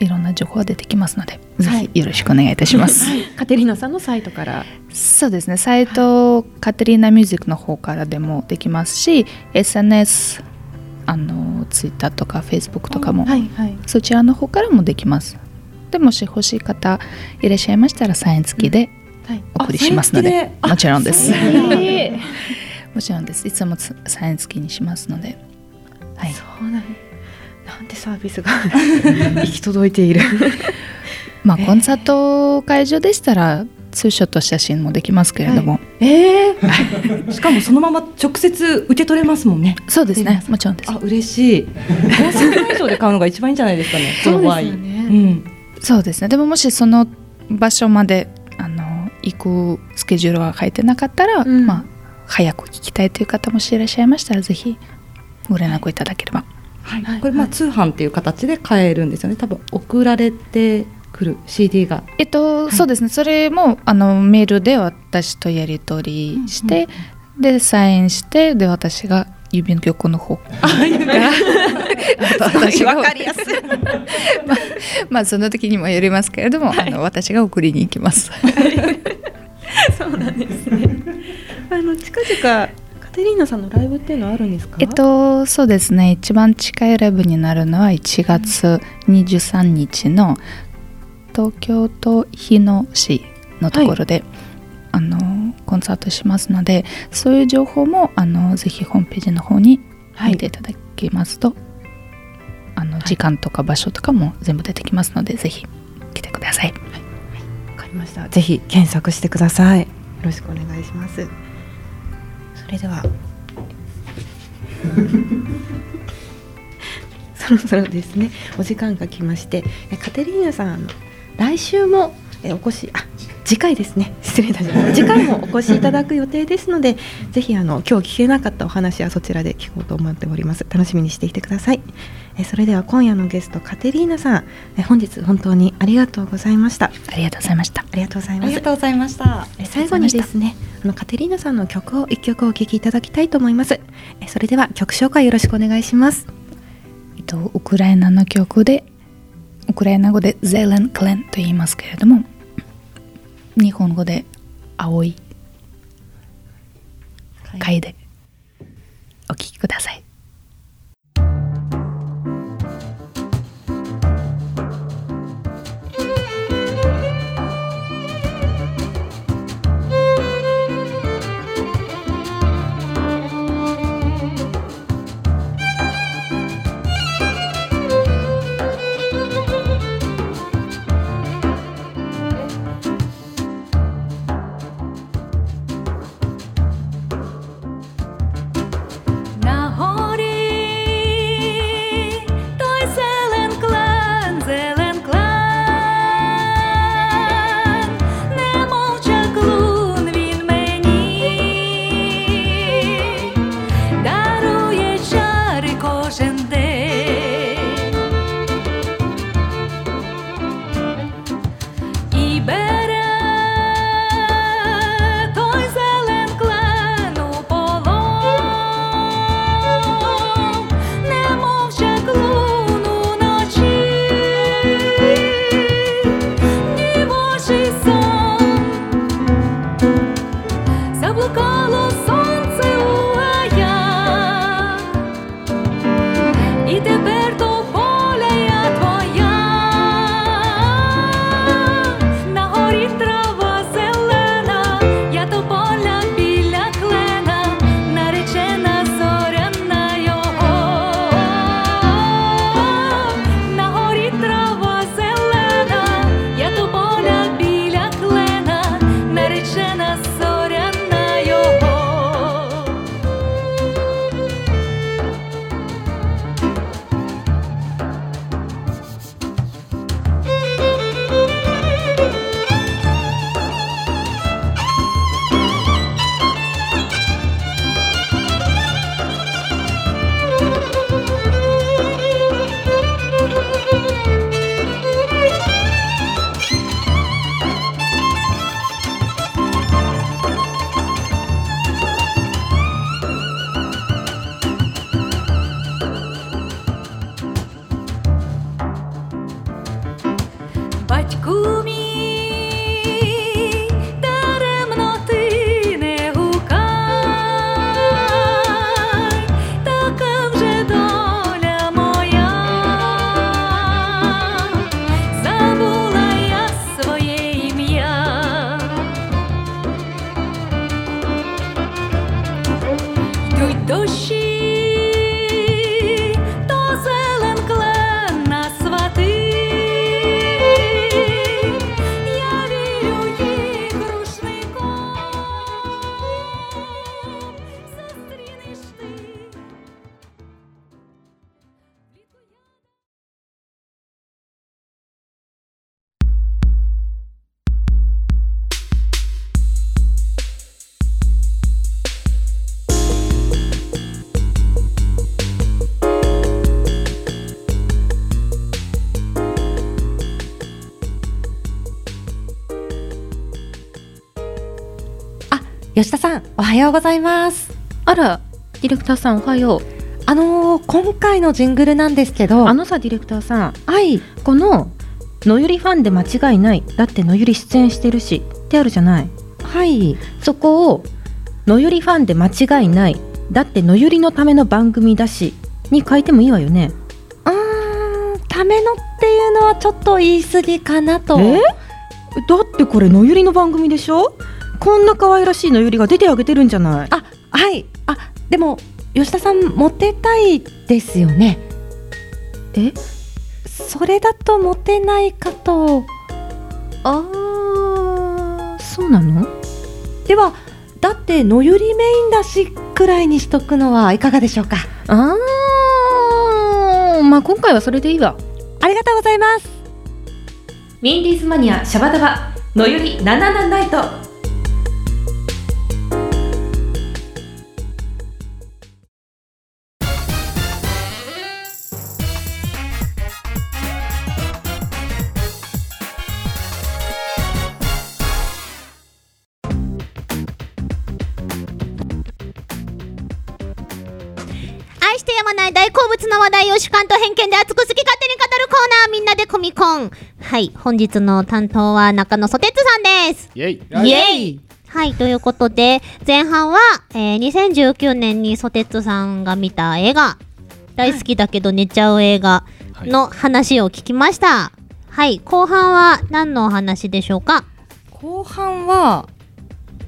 S9: いろんな情報が出てきますので、ぜひよろしくお願いいたします。
S1: はいカテリーナさんのサイトから
S9: そうですね、サイト、カテリーナミュージックの方からでもできますし、SNS、あの、ツイッターとかフェイスブックとかも、そちらの方からもできます。でもし欲しい方いらっしゃいましたら、サイン付きでお送りしますので、
S1: サイン付きであ
S9: もちろんです。
S1: そうなんだ
S9: もちろんです。いつもつサイン付きにしますので。はい。
S1: そうなんなんてサービスが 行き届いている
S9: まあ、コンサート会場でしたら、ツーショット写真もできますけれども、
S2: えー、しかもそのまま直接受け取れますもんね。
S9: そうですね。もちろんです。
S2: あ、嬉しい。コンサート会場で買うのが一番いいんじゃないですかね。その場
S9: そ
S2: 合。
S9: うですよ
S2: うん。
S9: そうですねでももしその場所まであの行くスケジュールが入ってなかったら、まあ、早く聞きたいという方もしいらっしゃいましたらぜひご連絡いただければ、
S2: これまあ通販っていう形で買えるんですよね。多分送られてくる CD が。
S9: えっと、そうですねそれもあのメールで私とやり取りして、でサインしてで私が郵便局の方 私が
S2: わかりやすい。
S9: まあその時にもよりますけれども、あの私が送りに行きます。
S1: そうなんですねあの近々カテリーナさんのライブっていうのはあるんですか
S9: えっとそうですね一番近いライブになるのは1月23日の東京都日野市のところで、あのコンサートしますのでそういう情報もあのぜひホームページの方に見ていただきますと、あの時間とか場所とかも全部出てきますので、ぜひ来てください。
S1: わかりましたぜひ検索してくださいよろしくお願いしますそれでは そろそろですねお時間が来ましてえカテリーナさんあの来週もえお越しあ次回ですね失礼いたしま した次回もお越しいただく予定ですのでぜひあの今日聞けなかったお話はそちらで聞こうと思っております楽しみにしていてくださいえそれでは今夜のゲストカテリーナさんえ本日本当にありがとうございました
S9: ありがとうございました
S1: ありがとうござい
S2: あ
S1: ま
S2: りが
S1: す
S2: とうございました。
S1: え最後にですねあのカテリーナさんの曲を一曲お聴きいただきたいと思いますえそれでは曲紹介よろしくお願いします
S9: えっと、ウクライナの曲でウクライナ語で「ゼレン・クレン」と言いますけれども日本語で「青い貝」でお聴きください。
S12: なほ Заблукало сонце у гаях, і тепер то поля я твоя, на горі трава зелена, я то поля біля клена, наречена зоряна його, на горі трава зелена, я то поля біля клена, наречена зоряна його. Батьку мій, даремно ти не гукай, така вже доля моя, забула я своє ім'я. Йдуть дощі, то зелен клен свати. Я вірю їх рушником. Зустрінеш ти.
S13: 吉田さんおはようございますあらディレクターさんおはようあのー今回のジングルなんですけど
S1: あのさディレクターさんはいこの「のゆりファンで間違いない」だってのゆり出演してるしってあるじゃないはいそこを「のゆりファンで間違いない」だってのゆりのための番組だしに変えてもいいわよね
S13: ためのっていうのはちょっと言い過ぎかなと
S1: えだってこれのゆりの番組でしょこんな可愛らしいのゆりが出てあげてるんじゃないあ
S13: はいあでも吉田さんモテたいですよね
S1: え
S13: それだとモテないかとあ
S1: あそうなの
S13: ではだってのゆりメインだしくらいにしとくのはいかがでしょうか
S1: あーまあ今回はそれでいいわ
S13: ありがとうございます
S1: ウィンディーズマニアシャバダバのゆりナナナナイト
S4: 愛してやまない大好物の話題を主観と偏見で熱く好き勝手に語るコーナーみんなでコミコンはい本日の担当は中野ソテツさんです
S5: イエイ
S4: イエイはい、ということで、前半は、えー2019年にソテツさんが見た映画、大好きだけど寝ちゃう映画の話を聞きました。はい、後半は何のお話でしょうか
S2: 後半は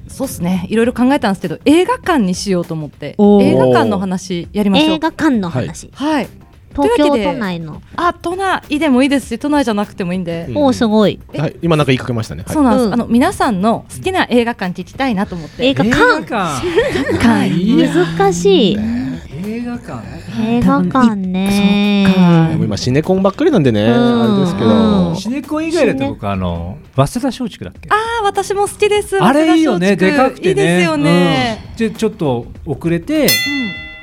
S2: そうっすねいろいろ考えたんですけど映画館にしようと思って
S4: おー
S2: 映画館の話やりましょう
S4: 映画館の話
S2: はい、はい
S4: 東京
S2: というわけで
S4: 都内の
S2: あ都内でもいいですし都内じゃなくてもいいんで、
S5: おーす
S4: ごい
S5: はい、今なんか言いかけましたね。はい
S2: そうなんです、あの皆さんの好きな映画館聞きたいなと思って
S4: 映画館映 難しい。
S6: 映画館
S4: 映画館ね。
S5: でも今シネコンばっかりなんでね、あれですけど。
S6: シネコン以外だと僕あの早稲田松竹だっけ
S2: あー私も好きです
S6: あれいいよね
S2: 松田
S6: で
S2: 松
S6: か
S2: 竹
S6: くて
S2: い
S6: ね
S2: いですよね、
S6: うんでちょっと遅れて、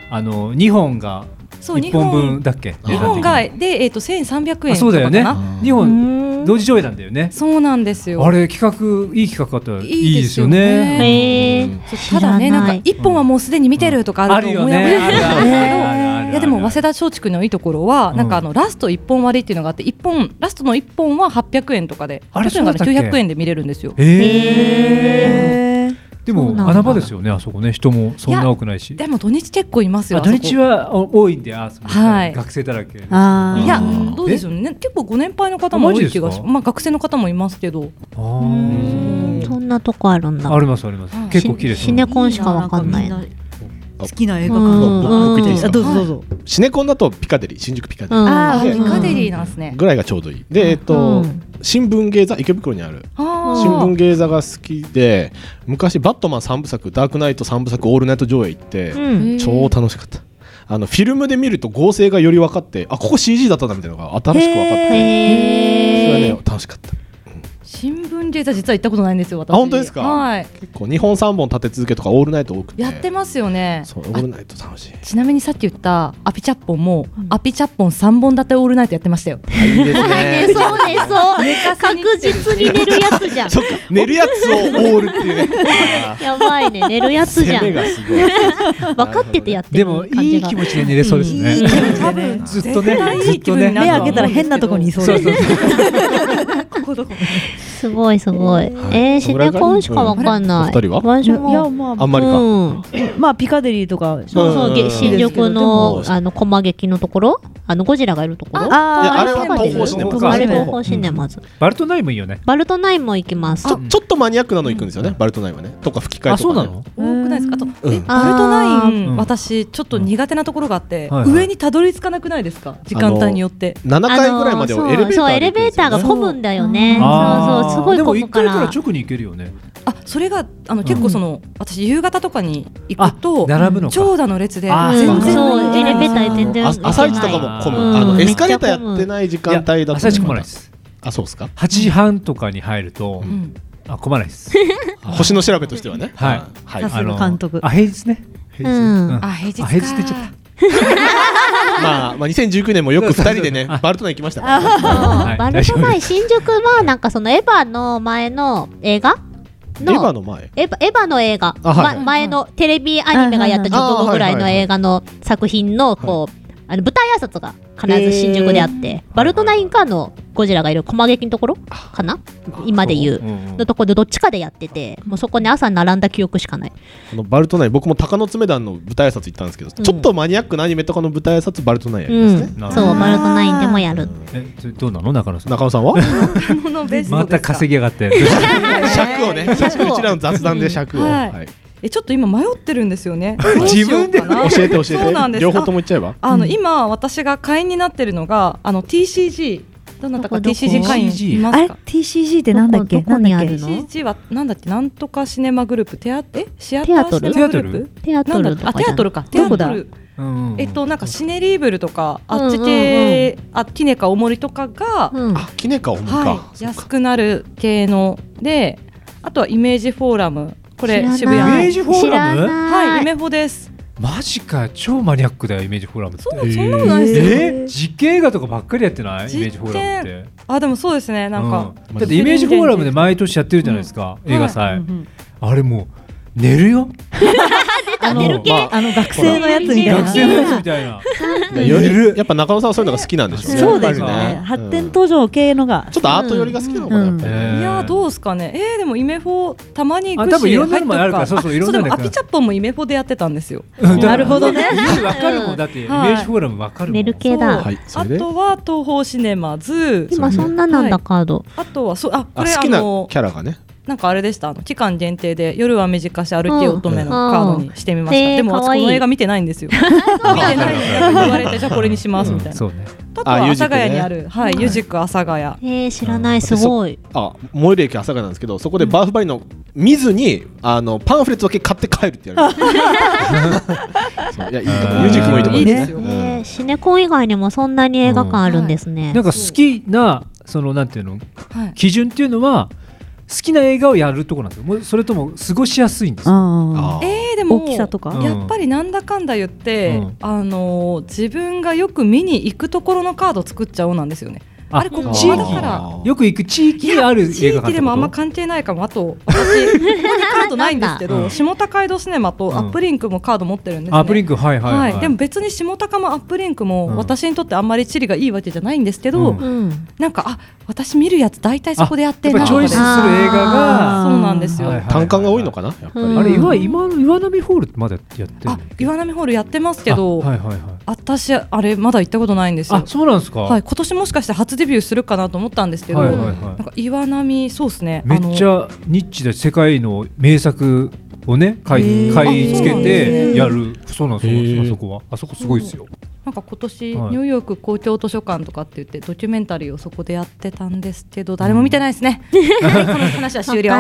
S6: あの2本が
S2: そう
S6: 1本分だっけ
S2: 日本がで、えー、と1300
S6: あ
S2: 円
S6: そうだよね
S2: とかかな
S6: 2本同時上映なんだよね
S2: そうなんですよ
S6: あれ企画いい企画だったらいいですよね
S4: へー
S2: ただねなんか一本はもうすでに見てるとかあると
S6: う
S2: 思い
S6: んあるよ
S2: な
S6: ね
S2: がら
S6: あるあるある
S2: いやでも早稲田松竹のいいところは、なんかあのラスト一本割っていうのがあって一本ラストの一本は800円とかで
S6: あれ
S2: 800円から
S6: そうだったっけ
S2: 900円で見れるんですよ
S6: へーでも穴場ですよねあそこね人もそんな多くないし
S2: でも土日結構いますよ
S6: あ土日はお多いんであそこ
S2: はい
S6: 学生だらけ
S2: あ
S6: ー
S2: いやどうでしょうね結構ご年配の方も多
S6: マ
S2: い
S6: ジです
S2: 気
S6: か
S2: がしまあ学生の方もいますけど
S4: そんなとこあるんだ
S6: ありますあります
S4: うん
S6: 結構綺麗です
S4: シネコンしかわかんないな
S7: 好きな映
S4: 画館うん
S5: 僕言っていいですか
S4: あどうぞどう
S7: ぞ
S5: シネコンだとピカデリー新宿ピカデリ
S2: うん
S5: ー
S2: あー
S5: で
S2: ピカデリーなんですね
S5: ぐらいがちょうどいいでえっと新聞芸座池袋にある
S2: 新
S5: 新聞芸座が好きで昔バットマン3部作ダークナイト3部作オールナイト上映行って
S6: うん
S5: 超楽しかったあのフィルムで見ると合成がより分かってあここ CG だったんだみたいなのが新しく分かってそれはね楽しかった
S2: 新聞データ実は行ったことないんですよ私
S5: あ本当ですか
S2: はい
S5: 結構2本3本立て続けとかオールナイト多くて
S2: やってますよね
S5: そうオールナイト楽しい
S2: ちなみにさっき言ったアピチャッポンも、アピチャッポン三本立てオールナイトやってましたよ。
S5: いいです
S4: ねそうねそう確実に寝るやつじゃ ん
S5: そっか寝るやつをオールっていうね
S4: やばいね寝るやつじゃん
S5: 攻めがすごい
S4: 分かっててやって
S6: で もいい気持ちで寝れそうですね
S2: 多分
S6: ずっとねずっとね
S7: 目開けたら変なとこにいそうです
S4: すごいすごい。えー、シネコンしかわかんない。
S7: お二人は
S4: 私も
S7: いやまあ
S5: あんまりか
S4: うん
S7: まあピカデリーとか
S4: そうそう、げ新宿のあの駒劇のところ、あのゴジラがいるところ。
S7: あ
S5: いやあれは
S4: そうで
S5: 東宝
S4: す
S5: シネマズ
S4: あれ東宝シネマズ。
S6: バルトナインもいいよね
S4: バルトナインも行きます。
S5: ちょちょっとマニアックなの行くんですよねバルトナインはねとか吹き替えとかね
S6: あそうなの
S2: 多くないですか。あと、
S5: うん
S2: えバルトナイン、
S5: あー
S2: 私ちょっと苦手なところがあって、
S5: はいはい
S2: 上にたどり着かなくないですか。時間帯によって。
S5: あの7回ぐらいまでをエレベーターで
S4: そう、エレベーターが混むんだよね。そうそう、すごい
S6: でも
S4: 混
S6: 一
S4: むか
S6: 回から
S4: ら。
S6: 直に行けるよね
S2: あ、それがあの結構その、私夕方とかに行くと
S6: 並ぶのか
S2: 長蛇の列で
S6: あー
S2: 全然
S4: そう
S2: 並んでない
S4: エレベーター全然
S5: あ朝一とかも混む、あのエスカレーターやってない時間帯だと
S6: 朝一混まないです
S5: あそうですか
S6: 8時半とかに入るとあ混まないです
S5: 星の調べとしてはね
S6: はい
S5: はい
S6: あの
S5: さすが監督
S6: あ平日ね
S5: 平日うん
S6: うん
S5: あ
S2: 平日
S6: あ平日って言っちゃっ
S5: まあ、まあ、2019年もよく二人でね バルトナイン行きましたから
S4: あ
S5: はい
S4: バルトナイン新宿はなんかそのエヴァの前の映画
S5: レバーの前
S4: エヴァエヴァの映画、
S5: あはい
S4: ま前のテレビアニメがやった直後ぐらいの映画の作品のこうあの舞台挨拶が必ず新宿であって、バルトナインかのゴジラがいる駒劇のところかな今で言う、のところでどっちかでやっててもうそこに朝並んだ記憶しかない
S5: あのバルトナイン僕も鷹の爪団の舞台挨拶行ったんですけど、
S4: うん
S5: ちょっとマニアックなアニメとかの舞台挨拶バルトナインやりますね、
S6: うんなるほ
S4: そ
S6: ど
S4: うバルトナインでもやる
S6: えそれどうなの中野さん
S5: 中野さんは
S2: のベスト
S6: ま
S2: で
S6: た
S2: すか
S6: 稼ぎやがって
S5: 尺をね
S2: 尺を
S5: うちらの雑談で尺を、
S2: はいえちょっと今迷ってるんです よね。どうし
S5: 自
S2: よう
S5: 分で
S2: かな
S5: 教えて教えて
S2: そうなんです。
S5: 両方とも言っちゃえば
S2: あの、今私が会員になってるのがあの TCG どなたか
S7: どこどこ
S2: TCG 会員います
S7: あれ
S2: か
S7: TCG ってなんだっけなんだっけ
S2: TCG はなんだっけなんとかシネマグループテアえシアタ
S7: テア
S2: ー
S7: ト
S2: シネ
S7: ル
S2: マグループ
S7: テアトル
S2: なんだっけあテアトルかテ
S7: ど
S2: ア
S7: こ
S2: ト
S7: だ
S2: ルえっとなんかシネリーブルとかあっち系あキネカおもりとかが
S5: あキネカオムか、
S2: はい安くなる系のであとはイメージフォーラムこれ
S6: 知らない
S2: 渋谷
S6: イメージフォーラム知らない
S2: はいイメフォです
S6: マジかよ超マニアックだよイメージフォーラムってそん
S2: なことないですよ
S6: え実験映画とかばっかりやってないイメージフォーラムって
S2: あでもそうですねなんか
S6: うんだってイメージフォーラムで毎年やってるじゃないですか、映画祭、あれもう寝るよ
S4: あ
S6: の
S7: あの学生のやつみたいな
S6: 学生のやつみたいな
S5: でよりやっぱ中野さんはそういうのが好きなんでしょ
S7: そうですね
S5: やっぱり
S7: 発展途上系のが
S5: ちょっとアート寄りが好きなのかな、やっぱりね
S2: いやーどうですかねえー、でもイメフォたまに行くし
S6: あ多分いろんなのもあるから
S2: 入っとく
S6: そうそういろんなの
S2: あでも
S6: やるか
S2: アピ
S6: ら
S2: チャッポンもイメフォでやってたんですよ
S6: なるほどねわかるもんだってイメージフォーラムわかるもん
S4: 寝る系だ
S5: はい
S2: あとは東宝シネマズ
S4: 今そんななんだ
S2: はい
S4: カード、
S2: あとはそうあこ
S5: あ
S2: れ
S5: 好
S2: あ
S5: きなキ
S2: の
S5: ャラがね
S2: なんかあれでしたあの期間限定で夜は短し歩け乙女の
S4: うん
S2: カードにしてみまし
S4: うん
S2: た、
S4: えー
S2: でも私
S4: かわ
S2: こ
S4: いい
S2: の映画見てない んですよ見てないって言われてじゃあこれにしますみたいな、
S6: そうね
S2: あとは阿佐ヶ谷にあるはいユジク阿佐ヶ谷
S4: えー、知らないすごい
S5: あ最寄り駅朝霞なんですけどそこでバーフバリの見ずにあのパンフレットだけ買って帰るって言 われてそういやいいと思うユージ君もいいと思いますね
S4: えーシネコン以外にもそんなに映画館あるんですね、
S6: なんか好きなそのなんていうの、
S2: はい
S6: 基準っていうのは好きな映画をやるとこなんですよもうそれとも過ごしやすいんですよあ
S2: えー、でも
S6: 大きさとか
S2: やっぱりなんだかんだ言って、あのー自分がよく見に行くところのカード作っちゃおうなんですよね。あれここ
S6: 地
S2: だから
S6: 域よく行く地域にある
S2: 地
S6: 映画館
S2: 域でもあんま関係ないかもあと私ここにカードないんですけ
S6: う
S2: ど
S6: ん
S2: 下高井戸シネマとアップリンクもカード持ってるんですね
S6: アップリンクはいはいはい
S2: でも別に下高もアップリンク
S6: うん
S2: も私にとってあんまり地理がいいわけじゃないんですけど
S6: うん
S2: なんかあ私見るやつ大体そこでやって
S6: や
S2: ん
S6: っぱ
S2: な
S6: チョイスする映画が
S2: あーそうなんですよ
S5: 単管が多いのかなやっぱり
S6: あれ岩今の岩波ホールってまだやってる
S2: 岩波ホールやってますけど
S6: はいはいはい
S2: 私あれまだ行ったことないんですよ
S6: あそうなんですか
S2: はい今年もしかして初デビューするかなと思ったんですけど
S6: はいはい
S2: な
S6: はい
S2: んか岩波そうですね
S6: めっちゃニッチで世界の名作をね買
S2: へ
S6: い
S2: ー
S6: 買い付けてや
S2: あそう
S6: るそうなんですよあそこはあそこすごいですよ
S2: なんか今年ニ
S6: はい
S2: ューヨーク公共図書館とかって言ってドキュメンタリーをそこでやってたんですけど誰も見てないです ね。はいこの話は終了。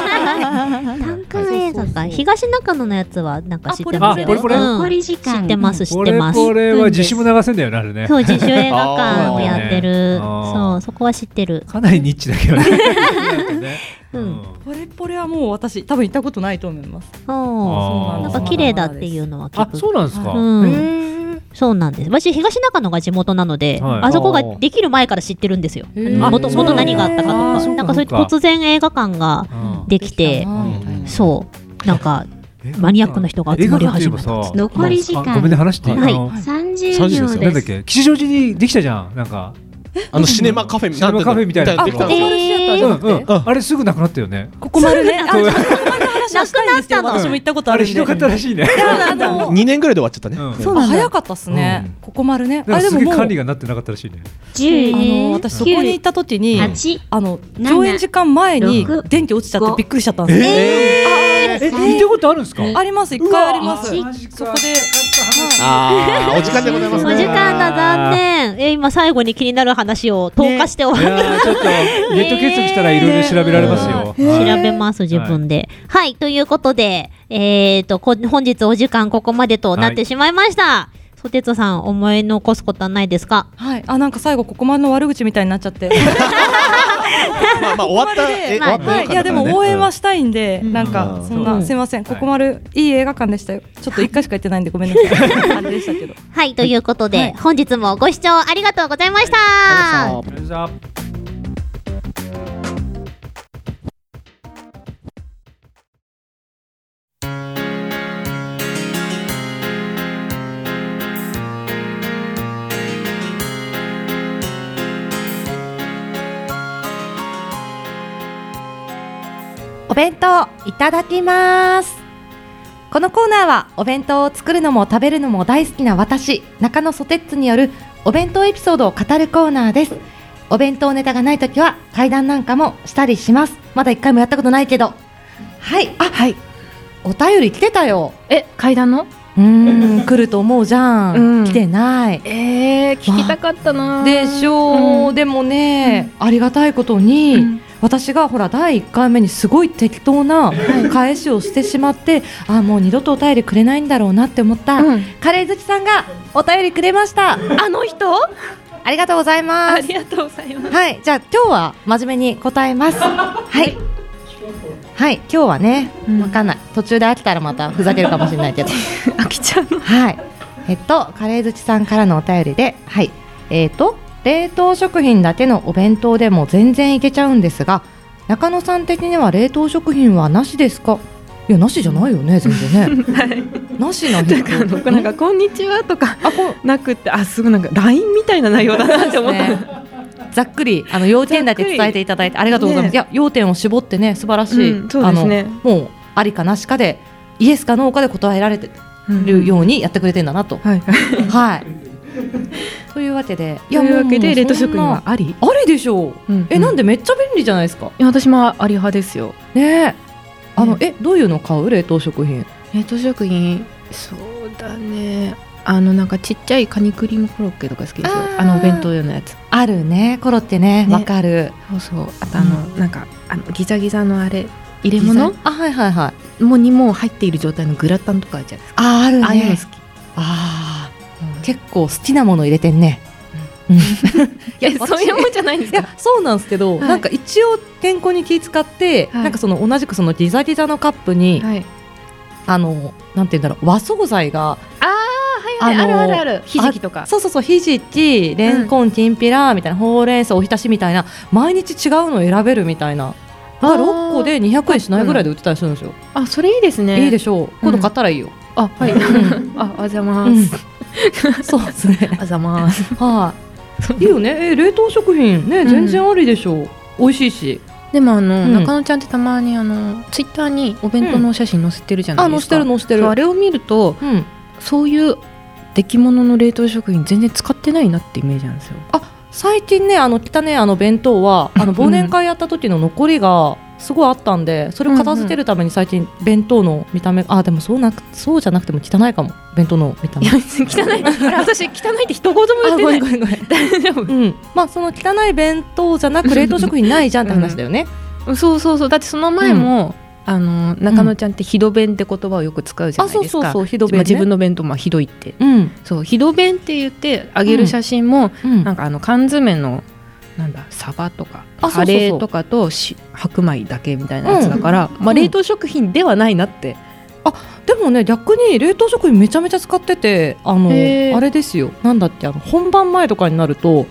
S4: 単館映画か東中野のやつはなんか知ってま
S6: あ
S4: すよ
S6: ポ
S4: ね
S6: レポレ
S4: うん
S6: ポレ
S4: 知ってます知っ
S6: こ
S4: て
S6: れ
S4: ます
S6: これは自主も流せんだよねあれね
S4: そう自主映画館をやってる
S6: あー
S4: そうそこは知ってる
S6: かなりニッチだけどね
S4: うん
S2: ポレポレはもう私多分行ったことないと思います。
S4: そ
S2: あ
S4: う
S2: ー
S4: なんか綺麗だっていうのは聞く
S2: あそうなんですか
S4: うんそうなんです私東中野が地元なので、
S2: はい
S4: あそこができる前から知ってるんですよ
S2: ー
S4: 元
S2: あそうな
S4: 元
S2: んだ
S4: 何があったかと
S2: あー
S4: か
S2: そう
S4: な
S2: な
S4: んんか
S2: だ
S4: そういう突然映画館ができて、そうなんかマニアックな人が集まり始めたんです
S6: 残り時間あごめんね話していい
S4: はい
S6: あの
S4: 30
S6: なんだっけ吉祥寺にできたじゃんなんか
S5: あのシネマカフェみ
S6: シ
S5: た
S6: ネ
S5: いな
S6: マカフェみたいな
S5: あ
S6: できたんですよ
S5: えー
S6: うんうんあれすぐなくなったよね
S2: ここまでね。あ
S6: そう
S2: じゃあここまで話はしたいんですよ。私も行ったことあ
S6: あ
S2: る
S6: れ
S2: ん
S6: ひ
S2: で
S6: ど。かったらしいね
S2: や あの
S5: 2年ぐらいで終わっちゃったね
S2: そうなんだ早かったっすね。ここまでね。
S6: な
S2: あ
S6: んか
S2: ですも
S6: げえ
S2: も
S6: 管
S2: う
S6: 理がなってなかったらしいね
S2: あの私そこに行った時に
S6: うん
S2: あの上演時間前に電気落ちちゃってびっくりしちゃったんですよ。
S6: えーえ行ったことあるんですか
S2: あります一回あります。そこで
S5: あーお時間でございます
S4: お時間だ残念え今最後に気になる話を投下して終わりました、
S6: ネット検索したらいろいろ調べられますよ
S4: 調べます自分で はい、ということでえっ、とこ本日お時間ここまでとなってしまいました、ソテツさん思い残すことはないですか
S2: はいあなんか最後ここまでの悪口みたいになっちゃって。
S5: まあまあ終わったえ終わったよ
S2: はい、いやでも応援はしたいんで、なん
S5: う
S2: か
S5: ん
S2: そんな、
S5: うん
S2: すいませんここまるいい映画館でしたよちょっと一回しか行ってないんでご めんなさいあれでしたけど
S4: はいということで、本日もご視聴ありがとうございました、
S12: お弁当いただきますこのコーナーはお弁当を作るのも食べるのも大好きな私中野ソテッツによるお弁当エピソードを語るコーナーですお弁当ネタがないときは階段なんかもしたりしますまだ一回もやったことないけどはいあはいお便り来てたよえ階段のうーん来ると思うじゃん、来てないえー、聞きたかったな
S2: でしょう、でもね、ありがたいことに、私がほら第1回目にすごい適当な返しをしてしまって、ああもう二度とお便りくれないんだろうなって思った、
S12: カレー好きさんがお便りくれました。あの人？ありがとうございます。ありがとうございます。はい、じゃあ今日は真面目に答えます。はい。はい、今日はね、わかんない。途中で飽きたらまたふざけるかもしれ ないけど。飽きちゃうの。はい。えっとカレー好きさんからのお便りで、はい。えっ、と冷凍食品だけのお弁当でも全然いけちゃうんですが、中野さん的には冷凍食品はなしですか？いやなしじゃないよね全 然ね。なしな日
S1: なんか 僕なんかこんにちはとかなくってあすごいなんか LINE みたいな内容だなって思った、
S2: ざっくりあの要点だけ伝えていただいてありがとうございます、
S1: ね
S2: いや要点を絞ってね素晴らしい、
S1: うんそうですね
S2: あのもうありかなしかでイエスかノーかで答えられてるようにやってくれてんだなと、 はい、というわけで
S1: というわけで
S2: も
S1: 冷凍食品は
S2: そんなありでしょう、えなんでめっちゃ便利じゃないですか
S1: いや私もあり派ですよ
S2: ねえあの、えどういうの買う冷凍食品
S1: 冷凍食品そうだねあのなんかちっちゃいカニクリームコロッケとか好きですよあのお弁当用のやつ
S12: あるねコロッケねわかる
S1: そうそうあとあの、なんかあのギザギザのあれ入れ
S12: ギ
S1: 物
S12: ザあはいはいはい
S1: もうにもう入っている状態のグラタンとかあるじゃないですか
S12: あーあるね
S1: ああいうの好き
S12: ああ、結構好きなもの入れてんね。
S2: いや
S12: そういうもん
S1: じゃないんです
S2: かそうなんですけど、なんか一応健康に気使って、なんかその同じくそのギザギザのカップに、あのなんて言うんだろう和惣菜が
S1: ああはいね
S2: の
S1: あるあるあるひじきとか
S2: そうそうそうひじきレンコンきんぴらみたいなほうれん草おひたしみたいな毎日違うのを選べるみたいなが6個で200円しないぐらいで売ってたりするん ですよ
S1: あそれいいですね
S2: いいでしょう今度買ったらいいよ
S1: あはいああざま
S2: うん
S1: ーす
S2: そうですね
S1: あざまーす
S2: はいいいよねえ冷凍食品ね全然ありでしょう美味しいし
S1: でもあの、
S2: うん
S1: 中野ちゃんってたまにあのツイッターにお弁当のお写真載せてるじゃないですか、
S2: うんあ載せてる載せてる
S1: そうあれを見ると、そういう出来物の冷凍食品全然使ってないなってイメージなんですよ
S2: 最近ねあの汚ねあの弁当 はあの忘年会やった時の残りがすごいあったんでそれを片付けるために最近弁当の見た目あでもそうなくそうじゃなくても汚いかも弁当の見た目
S1: 汚いあれ私汚いって一言も言ってない
S2: ごめんごめんごめんうんまあその汚い弁当じゃなく冷凍食品ないじゃんって話だよね、
S1: そうそうそうだってその前も、あの中野ちゃんって「ひど弁」って言葉をよく使うじゃないですか、
S2: あそうそうそうひど弁ね
S1: まあ自分の弁当もひどいって、
S2: うん
S1: そうひど弁って言ってあげる写真も、なんかあの缶詰のなんだサバとか
S2: あそうそうそ
S1: カ
S2: う
S1: レーとかとし白米だけみたいなやつだから、まあ、冷凍食品ではないなって、
S2: でもね逆に冷凍食品めちゃめちゃ使っててあの
S1: へー
S2: あれですよなんだっけあの本番前とかになると、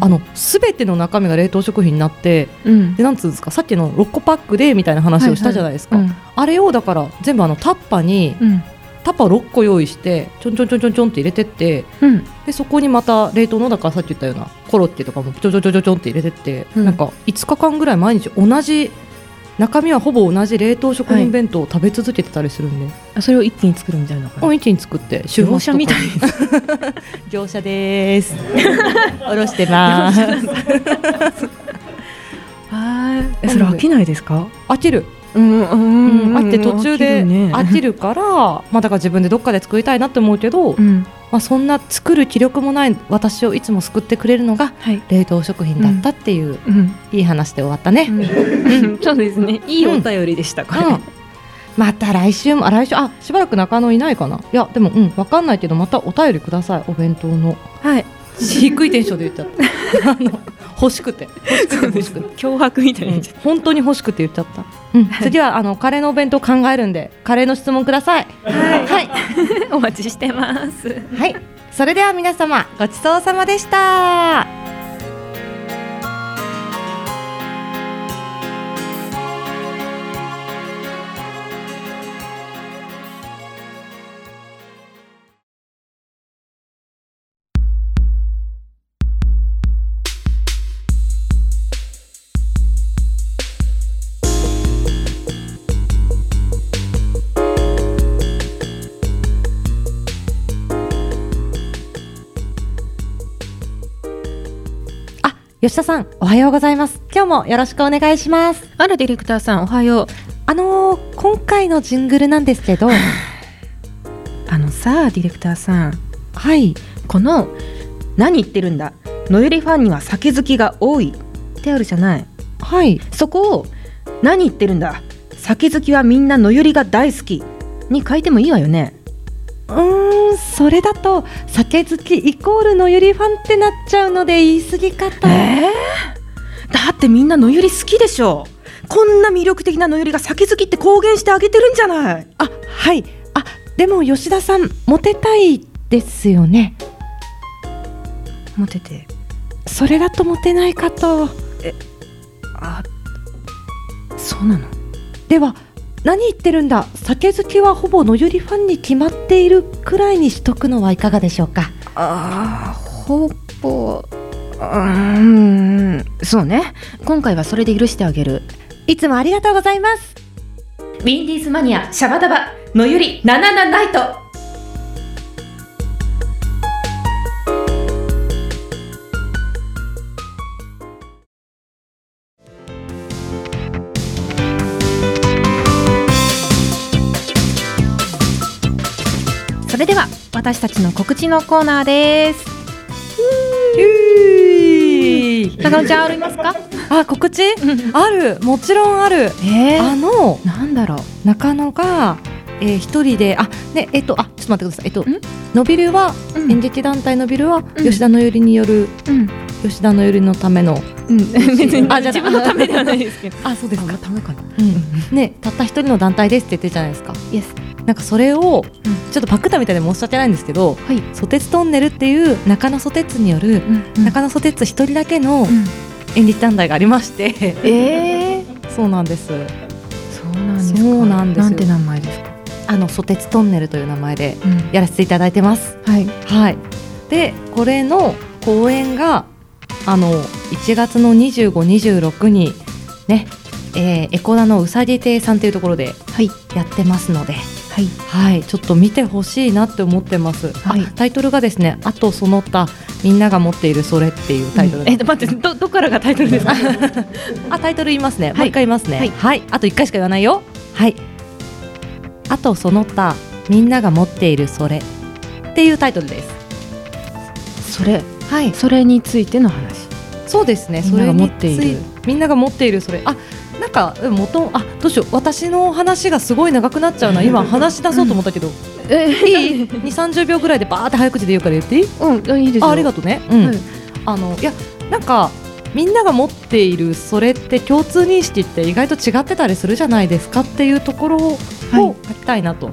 S2: あの全ての中身が冷凍食品になって、
S1: うん
S2: でなんつうんですかさっきの6個パックでみたいな話をしたじゃないですか、
S1: はいはいうん
S2: あれをだから全部あのタッパーに、
S1: うん
S2: タッパー6個用意してちょんちょんちょんちょんちょんって入れてって
S1: うん
S2: でそこにまた冷凍のだからさっき言ったようなコロッケとかもちょちょちょちょちょんって入れてって、なんか5日間ぐらい毎日同じ中身はほぼ同じ冷凍食品弁当を食べ続けてたりするんで、
S1: あそれを一気に作るみたいな
S2: うん一気に作って週末
S1: 業者みたい
S2: です業 者ですおろしてま
S1: 業者
S2: す
S1: はいえそれ飽きないですか
S2: 飽きる
S1: うんうんうんうん
S2: あって途中で飽きるから、まあだから自分でどっかで作りたいなって思うけど、
S1: うん
S2: まあそんな作る気力もない私をいつも救ってくれるのが冷凍食品だったっていう、
S1: うん
S2: いい話で終わったね、
S1: そうですねいいお便りでしたこれ、
S2: また来週もあ来週あしばらく中野いないかないやでもうんわかんないけどまたお便りくださいお弁当の
S1: はい
S2: 低いテンションで言っちゃったあの欲しくて欲しくて欲しくて
S1: 脅迫みたい
S2: な、うん本当に欲しくて言っちゃった、うん、次はあのカレーのお弁当考えるんでカレーの質問ください
S1: お待ちしてます
S2: はいそれでは皆様ごちそうさまでした吉田さんおはようございます今日もよろしくお願いします
S1: あるディレクターさんおはよう
S2: あのー今回のジングルなんで すけど
S1: あのさあディレクターさん
S2: はい
S1: この「何言ってるんだのよりファンには酒好きが多い」ってあるじゃない
S2: はい
S1: そこを「何言ってるんだ酒好きはみんなのよりが大好き」に変えてもいいわよね
S2: うーんそれだと酒好きイコールのゆりファンってなっちゃうので言い過ぎかと、
S1: だってみんなのより好きでしょこんな魅力的なのよりが酒好きって公言してあげてるんじゃない
S2: あはいあでも吉田さんモテたいですよね
S1: モテて
S2: それだとモテないかと
S1: あそうなの
S2: では何言ってるんだ酒好きはほぼのゆりファンに決まっているくらいにしとくのはいかがでしょうか
S1: あほぼうーんそうね今回はそれで許してあげる
S2: いつもありがとうございます
S1: ウィンディーズマニアシャバダバのゆりナナナナイトそれでは私たちの告知のコーナーです中野ちゃんありますか
S2: あ告 知あるもちろんある、あの
S1: なんだろう
S2: 中野が、えー一人であねえっとあちょっと待ってくださいえっとのびるは、演劇団体のびるは、吉田のゆりによる、吉田のゆりのための、
S1: 別に
S2: あじゃあ
S1: 自分のた めではないですけど
S2: あそうですか
S1: ためかな
S2: うんねたった一人の団体ですって言ってるじゃないですかなんかそれをちょっとパクったみたいで申し訳ないんですけど、ソテツトンネルっていう中野ソテツによる、中野ソテツ一人だけの演劇団体がありまして、え そうなんですそうなんですそうなんです
S1: なんて名
S2: 前ですかあのソテツトンネルという名前でやらせていただいてます、
S1: はい
S2: はいでこれの公演があの1月の2526にね、えーエコダのうさぎ亭さんというところでやってますので、はいちょっと見てほしいなって思ってます、あタイトルがですね「あとその他みんなが持っているそれ」っていうタイトル、
S1: え待ってどどっからがタイトルですか
S2: あタイトル言いますね、もう一回言いますねはい、あと一回しか言わないよはいあとその他みんなが持っているそれっていうタイトルです
S1: それはいそれについての話
S2: そうですね
S1: みんなが持っている
S2: それにつみんなが持っているそれあなんかうん元あどうしよう私の話がすごい長くなっちゃうな今話し出そうと思ったけど、いい二三十秒ぐらいでバーって早口で言うから言っていい
S1: うんいいです
S2: あありがとうねうん、あのいやなんかみんなが持っているそれって共通認識って意外と違ってたりするじゃないですかっていうところを書きたいなと、
S1: うん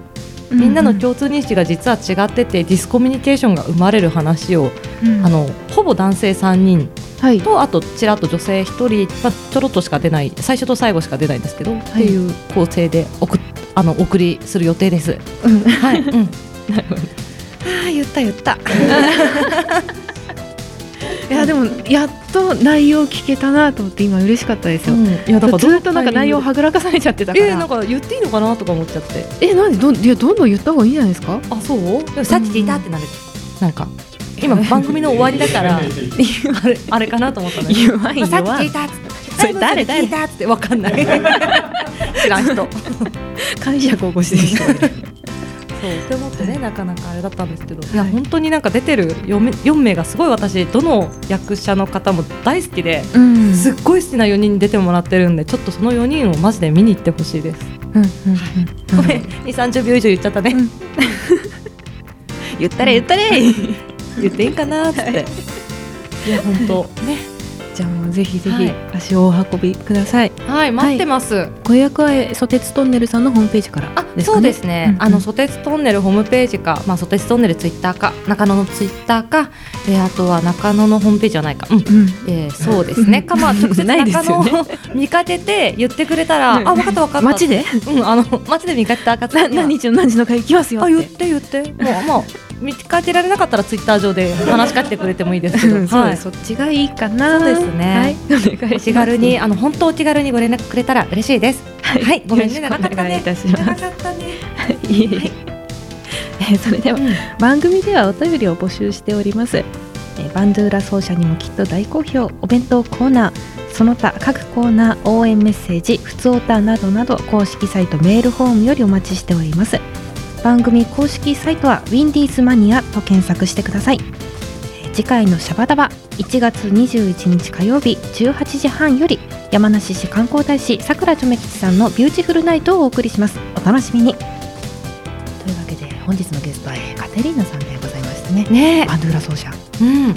S2: みんなの共通認識が実は違っててディスコミュニケーションが生まれる話を、
S1: うん
S2: あのほぼ男性3人と、あとちらっと女性1人、まあ、ちょろっとしか出ない最初と最後しか出ないんですけど、っていう構成で送っあのお送りする予定です。はい、うんああ言った 言った。
S1: いやでもやっと内容聞けたなと思って今嬉しかったですよ、い
S2: やだから
S1: ずっとなんか内容はぐらかされちゃってたから
S2: えーなんか言っていいのかなとか思っちゃって
S1: え何どんいやどんどん言った方がいいんじゃないですか
S2: あそうでもさっき聞いたってなる、なんか今番組の終わりだから あれあれかなと思ったのに
S1: 弱い
S2: まあさっき
S1: 弱い
S2: 聞いたっつってそれ誰誰聞いたっつってわかんない知らん人そう
S1: 解釈を起こしてきた
S2: って思ってねなかなかあれだったんですけど、い、や本当になんか出てる 4, 4名がすごい私どの役者の方も大好きで、
S1: うん
S2: すっごい好きな4人に出てもらってるんでちょっとその4人をマジで見に行ってほしいです
S1: うんうん
S2: ごめん2三3 0秒以上言っちゃったね、言ったれ言ったれ 言っていいかなっつって、い、や本当ね
S1: じゃあもうぜひぜ
S2: は
S1: ひ
S2: い
S1: 足をお運びください
S2: はい待ってます、
S1: ご予約はえソテツトンネルさんのホームページからですかね
S2: そうですね、あのソテツトンネルホームページか、まあ、ソテツトンネルツイッターか中野のツイッターか、えーあとは中野のホームページじゃないか、うんえーそうですねか、まあ、直接
S1: ないです
S2: 中野
S1: よね
S2: を 見かけて言ってくれたら、
S1: うん
S2: あ分かった分かった
S1: 街で、
S2: うん、あの街で見かけた方には
S1: 何日の何時の会行きますよ
S2: あ言って言ってもうもう見かけられなかったらツイッター上で 話しかけてくれてもいいですけど、
S1: そう
S2: はい、
S1: そっちがいいかな
S2: そうですね、
S1: はい
S2: お気軽にあの本当お気軽にご連絡くれたら嬉しいですはい、ごめんね
S1: よ
S2: 長
S1: ろし
S2: かっ
S1: くお
S2: た
S1: 願い
S2: ね
S1: いたします
S2: 長かったね
S1: いえいええーそれでは、番組ではお便りを募集しております、えーバンドゥーラ奏者にもきっと大好評お弁当コーナーその他各コーナー応援メッセージふつおたなどなど公式サイトメールフォームよりお待ちしております番組公式サイトはウィンディーズマニアと検索してくださいえー次回のシャバダバ1月21日火曜日18時半より山梨市観光大使さくらちょめきちさんのビューティフルナイトをお送りしますお楽しみにというわけで本日のゲストはえーカテリーナさんでございましたね。
S2: ね
S1: バンドゥーラ奏者
S2: うん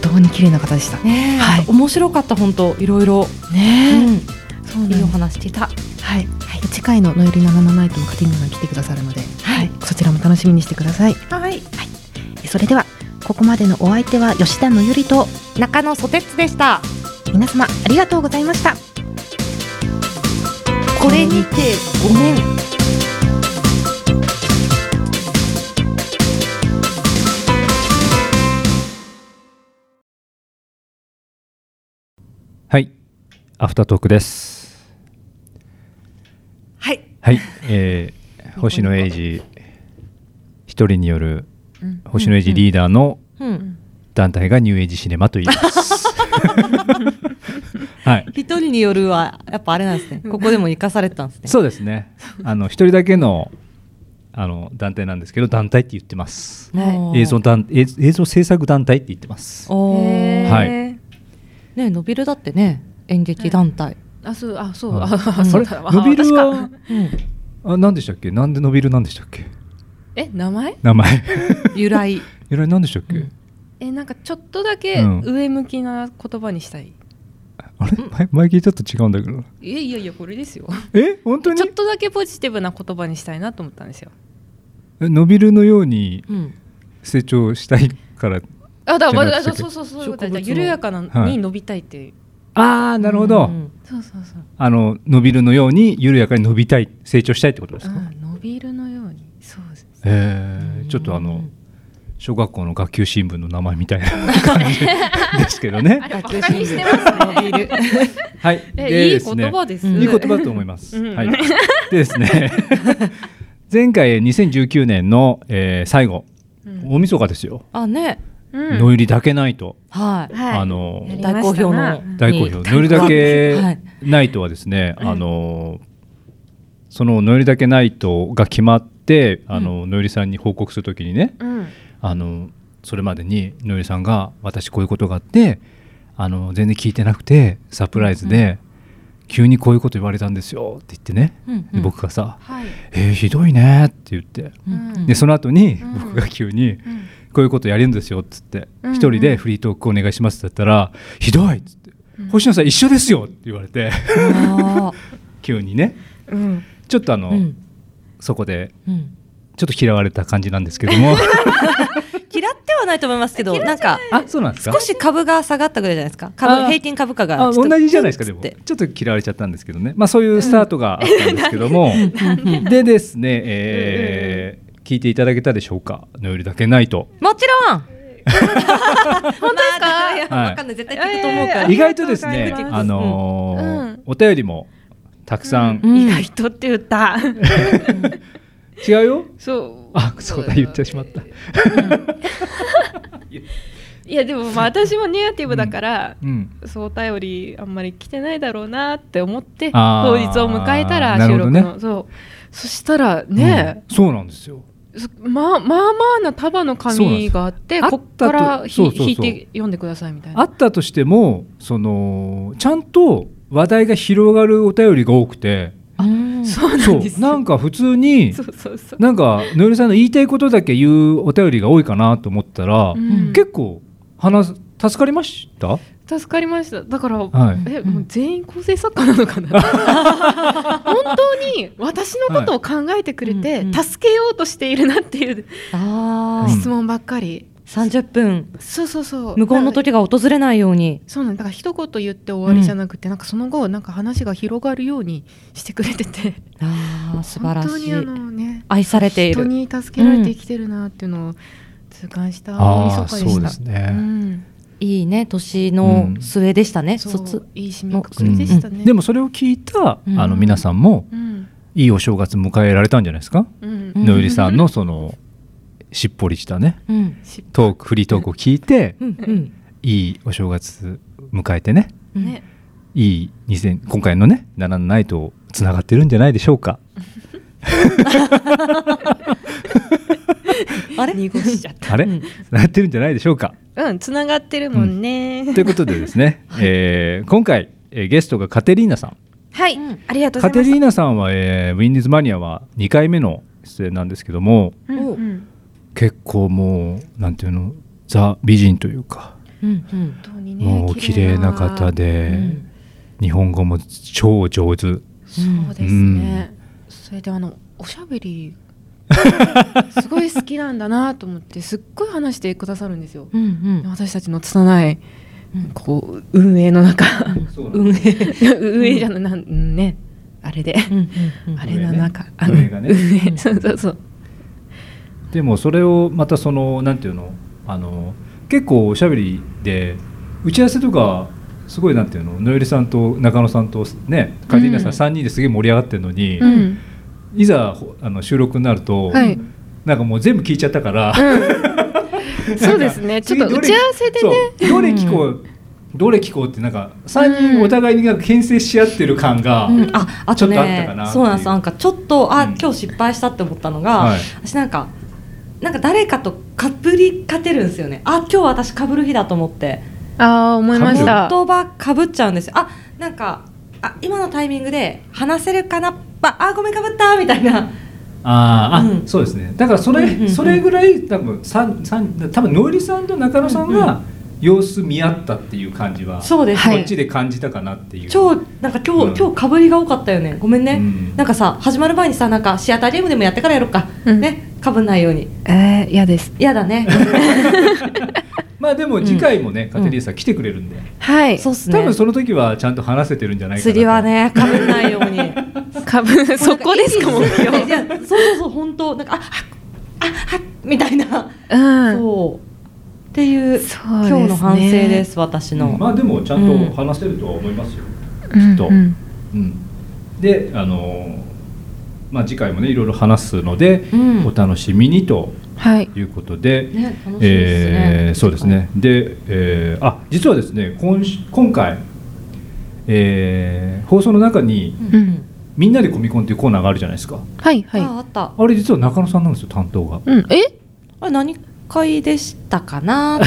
S1: どうに綺麗な方でした。
S2: ねはい、面白かった本当いろいろ
S1: ね
S2: え、うん、いいお話聞いた
S1: はい。次回のノイリナナナナイトもカテリーナさん来てくださるので、はい、そちらも楽しみにしてください。
S2: はい
S1: それではここまでのお相手は吉田のゆりと
S2: 中野ソテツでした
S1: 皆様ありがとうございました。
S2: これにてごめん
S6: はい、アフタートークです。
S2: はい。
S6: はい、え ー、星野英二一人による
S2: うん
S6: 星野英二リーダーの
S2: うん
S6: 団体がニューエイジシネマと言い ます。はい、
S2: 一人によるはやっぱあれなんですねここでも生かされてたんですね
S6: そうですね。あの一人だけのあの団体なんですけど、団体って言ってます。
S2: はい
S6: 映像団映映像制作団体って言ってます。
S2: おー
S6: はい。
S2: ねえのびるだってね演劇団体、
S1: あそうあそ
S6: あれ伸びるは、あ何でしたっけなんで伸びるなんでしたっけ
S1: え名前？
S6: 名前
S2: 由来
S6: 由来なんでしたっけ、
S1: えなんかちょっとだけ
S6: うん
S1: 上向きな言葉にしたい。
S6: あれ前前聞いたと違うんだけど
S1: いやいやいやこれですよ。
S6: え本当に
S1: ちょっとだけポジティブな言葉にしたいなと思ったんですよ。
S6: 伸びるのように
S1: うん
S6: 成長したいから
S1: あだから
S6: じゃなくて
S1: そうそうそうそういうことだ緩やかな
S6: は
S1: に
S6: い
S1: 伸びたいっていう、
S6: ああなるほど、
S1: そうそうそう
S6: あの伸びるのように緩やかに伸びたい成長したいってことですか、
S1: うん伸びるのようにそうです
S6: えーちょっとあの小学校の学級新聞の名前みた いな感じですけどね
S1: あれバカにしてますね伸びる
S6: はい
S1: えい
S6: で
S1: い
S6: ね
S1: 言葉です、
S6: いい言葉だと思います、
S1: うん
S6: はい、でで すね前回2019年の、えー最後、大晦日ですよ
S2: あね、
S6: 野入りだけないと
S2: はい、
S6: あの
S2: 大好評の
S6: 大好評。ノリだ
S2: は
S6: け
S2: い
S6: ナイトはですね、あのそのノリだけナイトが決まって、あのノリさんに報告するときにね、
S12: うん
S6: あのそれまでにノリさんが私こういうことがあって、あの全然聞いてなくてサプライズで。急にこういうこと言われたんですよって言ってね、
S12: うんうん
S6: で僕がさ「えーひどいね」って言って、
S12: うん
S6: でその後に僕が急に「こういうことやるんですよ」っつって「
S12: うんうん
S6: 一人でフリートークお願いします」だったら「ひどい!」っつって「星野さん一緒ですよ!」って言われて 急にね
S1: うん
S6: ちょっとあの、
S1: うん
S6: そこで
S2: うん
S6: ちょっと嫌われた感じなんですけど も
S2: 嫌ってはないと思いますけど、なんか
S6: あそうなんですか
S2: 少し株が下がったぐらいじゃないですか。
S6: あ
S2: 株
S6: ー
S2: 平均株価が
S6: あ
S2: ちょっと
S6: 同じじゃないですかでもちょっと嫌われちゃったんですけどねまあそういうスタートがあったんですけども、 でですね、えー聞いていただけたでしょうかのよりだけないと
S2: もちろん。 本当ですか？
S6: はい
S2: わかんない。絶対聞くと思うから。
S6: 意外とですね
S2: ありがとうございます
S6: あのーお便りもたくさん、
S14: 意外とって言 った。
S6: 違うよ
S1: そう
S6: あそうだ言ってしまった
S1: いやでもまあ私もネガティブだから、
S6: うん
S1: そうお便りあんまり来てないだろうなって思って
S6: あー
S1: 当日を迎えたら
S6: なる
S1: 収
S6: ほど
S1: 録
S6: ね
S1: の、そうそしたらね、
S6: うんそうなんですよ
S1: そまあまあまあな束の
S6: そうなんで
S1: 紙
S6: す
S1: があって
S6: あった
S1: ことっからひ
S6: そうそうそう
S1: 引いて読んでくださいみたいな
S6: あったとしてもそのちゃんと話題が広がるお便りが多くて
S1: そう
S6: なんなんか普通に
S1: そうそうそう
S6: なんかのよりさんの言いたいことだけ言うお便りが多いかなと思ったら、
S1: うん
S6: 結構話す助かりました
S1: 助かりましただから、
S6: はい
S1: えもう全員構成作家なのかな 本当に私のことを考えてくれて、助けようとしているなっていう質問ばっかり、
S2: 三十分
S1: そうそうそう
S2: 無言の時が訪れないように。
S1: そうなんだから一言言って終わりじゃなくて、なんかその後なんか話が広がるようにしてくれてて
S2: ああ素晴ら
S1: 本当
S2: し
S1: に
S2: い
S1: あ。のね
S2: 愛されてい
S1: 人
S2: る
S1: に助けられて生きてるなっていうのを痛感した大晦日でしたうん
S2: いいね年の末でしたね。卒
S1: いい締めくくりでしたね、
S6: でもそれを聞いた、
S1: うん
S6: あの皆さんも、
S1: うん
S6: いいお正月迎えられたんじゃないですか、
S1: うん
S6: のよりさんのそのしっぽりしたね、
S2: うん
S6: トークフリートークを聞いて、
S2: うんうん
S6: いいお正月迎えてね
S2: ね
S6: いい2000今回のね「ナナナイト」つながってるんじゃないでしょうか。
S1: あれ濁しちゃっ
S6: あれ、つながってるんじゃないでしょう か。
S1: たうんつながってるもんね、
S6: ということでですね、えー今回、えーゲストがカテリーナさん。
S1: はい、ありがとうご
S6: カ
S1: ざい
S6: テ
S1: ます
S6: リーナさんは、えーウィンディーズマニアは2回目の出演なんですけども
S1: うんうん
S6: 結構もうなんていうのザ美人というか
S2: うん
S6: もう綺麗な方で、日本語も超上手。
S1: そうですね、それであのおしゃべりすごい好きなんだなと思ってすっごい話してくださるんですよ、私たちの拙いこう運営の中、運営 運営じゃない、なんうんねあれで、あれの中、あの
S6: 運営がね
S1: 運営そうそうそう
S6: うんでもそれをまたそのなんていうのあの結構おしゃべりで打ち合わせとかすごいなんていうののよりさんと中野さんとねカテリーナさん3人ですげえ盛り上がってるのに、
S1: うん
S6: いざほあの収録になると、
S1: はい
S6: なんかもう全部聞いちゃったから、
S1: そうですねちょっと打ち合わせでね
S6: そうどれ聞こう、どれ聞こうってなんか3人お互いになんか牽制し合ってる感が、
S2: あ
S6: ちょ
S2: と
S6: っとあった
S2: ね
S6: かなって
S2: そ
S6: いう
S2: うなんですなんかちょっとあ、今日失敗したって思ったのが、
S6: はい
S2: 私なんかなんか誰かとかぶりかてるんですよねあ今日私かぶる日だと思って
S1: ああ思いました
S2: 言葉かぶっちゃうんですよあなんかあ今のタイミングで話せるかなああごめんかぶったみたいな
S6: あーあ、そうですねだからそれ、それぐらい多分さんさん多分ノリさんと中野さんが様子見合ったっていう感じは、
S2: そうです
S6: こっちで感じたかなっていう、
S2: 超なんか今日、今日かぶりが多かったよねごめんね、なんかさ始まる前にさなんかシアターゲームでもやってからやろうか、ねかぶんないように
S15: えー、嫌です
S2: 嫌だね
S6: まあでも次回もね、カテリーナさん来てくれるんで、
S15: はい
S2: そうっす
S6: 多
S2: ね
S6: 分その時はちゃんと話せてるんじゃないかな
S2: 釣りはねかぶんないように
S15: かぶ そこですかもう
S2: いやいやそうそうそう本当なんかああああみたいな、そうっていう今日の反省です私の、
S6: うんまあでもちゃんと話せるとは思いますよ、きっと、
S2: うん
S6: うんであのーまあ次回もねいろいろ話すので、
S2: うん
S6: お楽しみにと
S15: はい
S6: いうことで、
S2: ね楽しみですね
S6: えーそうですねで、えーあ実はですね今し今回、えー放送の中に、
S15: うん
S6: みんなでコミコン」っていうコーナーがあるじゃないですか
S15: はいはい
S2: ああった
S6: あれ実は中野さんなんですよ担当が
S15: うんえ
S2: あれ何回でしたかな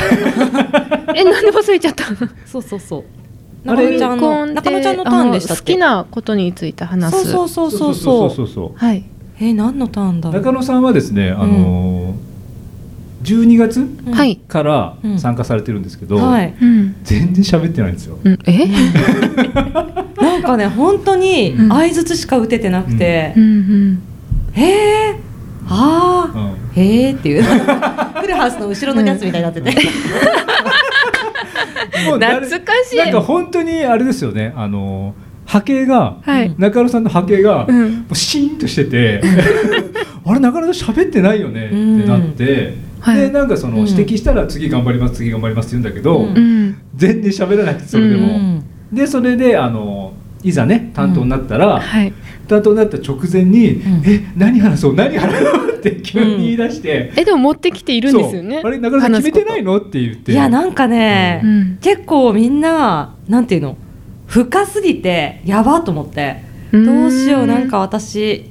S15: えなんで忘れちゃった
S2: そうそうそう
S15: あ
S2: 中
S15: れ
S2: 野ちゃんの中野ちゃんのターンでしたっ
S15: 好き
S2: け
S15: なことについて話す
S2: そうそうそうそう
S6: そうそう
S15: はい
S2: えー何のターンだろう
S6: 中野さんはですね、あのー12月
S15: はい
S6: から参加されてるんですけど、
S2: はい
S15: うん
S6: 全然喋ってないんですよ。
S15: え
S2: なんかね本当に相づちしか打ててなくて、
S15: うん
S2: へえああ、へえっていうフルハウスの後ろのやつみたいにな ってて、
S6: もう誰
S15: 懐かしい
S6: なんか本当にあれですよね、あのー波形が、
S15: はい
S6: 中野さんの波形が、
S15: うん
S6: もうシーンとし ててあれなかなか喋ってないよねってなって、でなんかその指摘したら次頑張ります次頑張りますって言うんだけど、
S15: うん
S6: 全然喋らないそれでも、でそれであのいざね担当になったら、
S15: はい
S6: 担当になった直前に「え何話そう何話そう」って急に言い出して、
S15: えでも持ってきているんですよね
S6: そうあれ中野さん決めてないのって言って
S2: いやなんかね、結構みんななんていうの深すぎてやばと思ってどうしようなんか私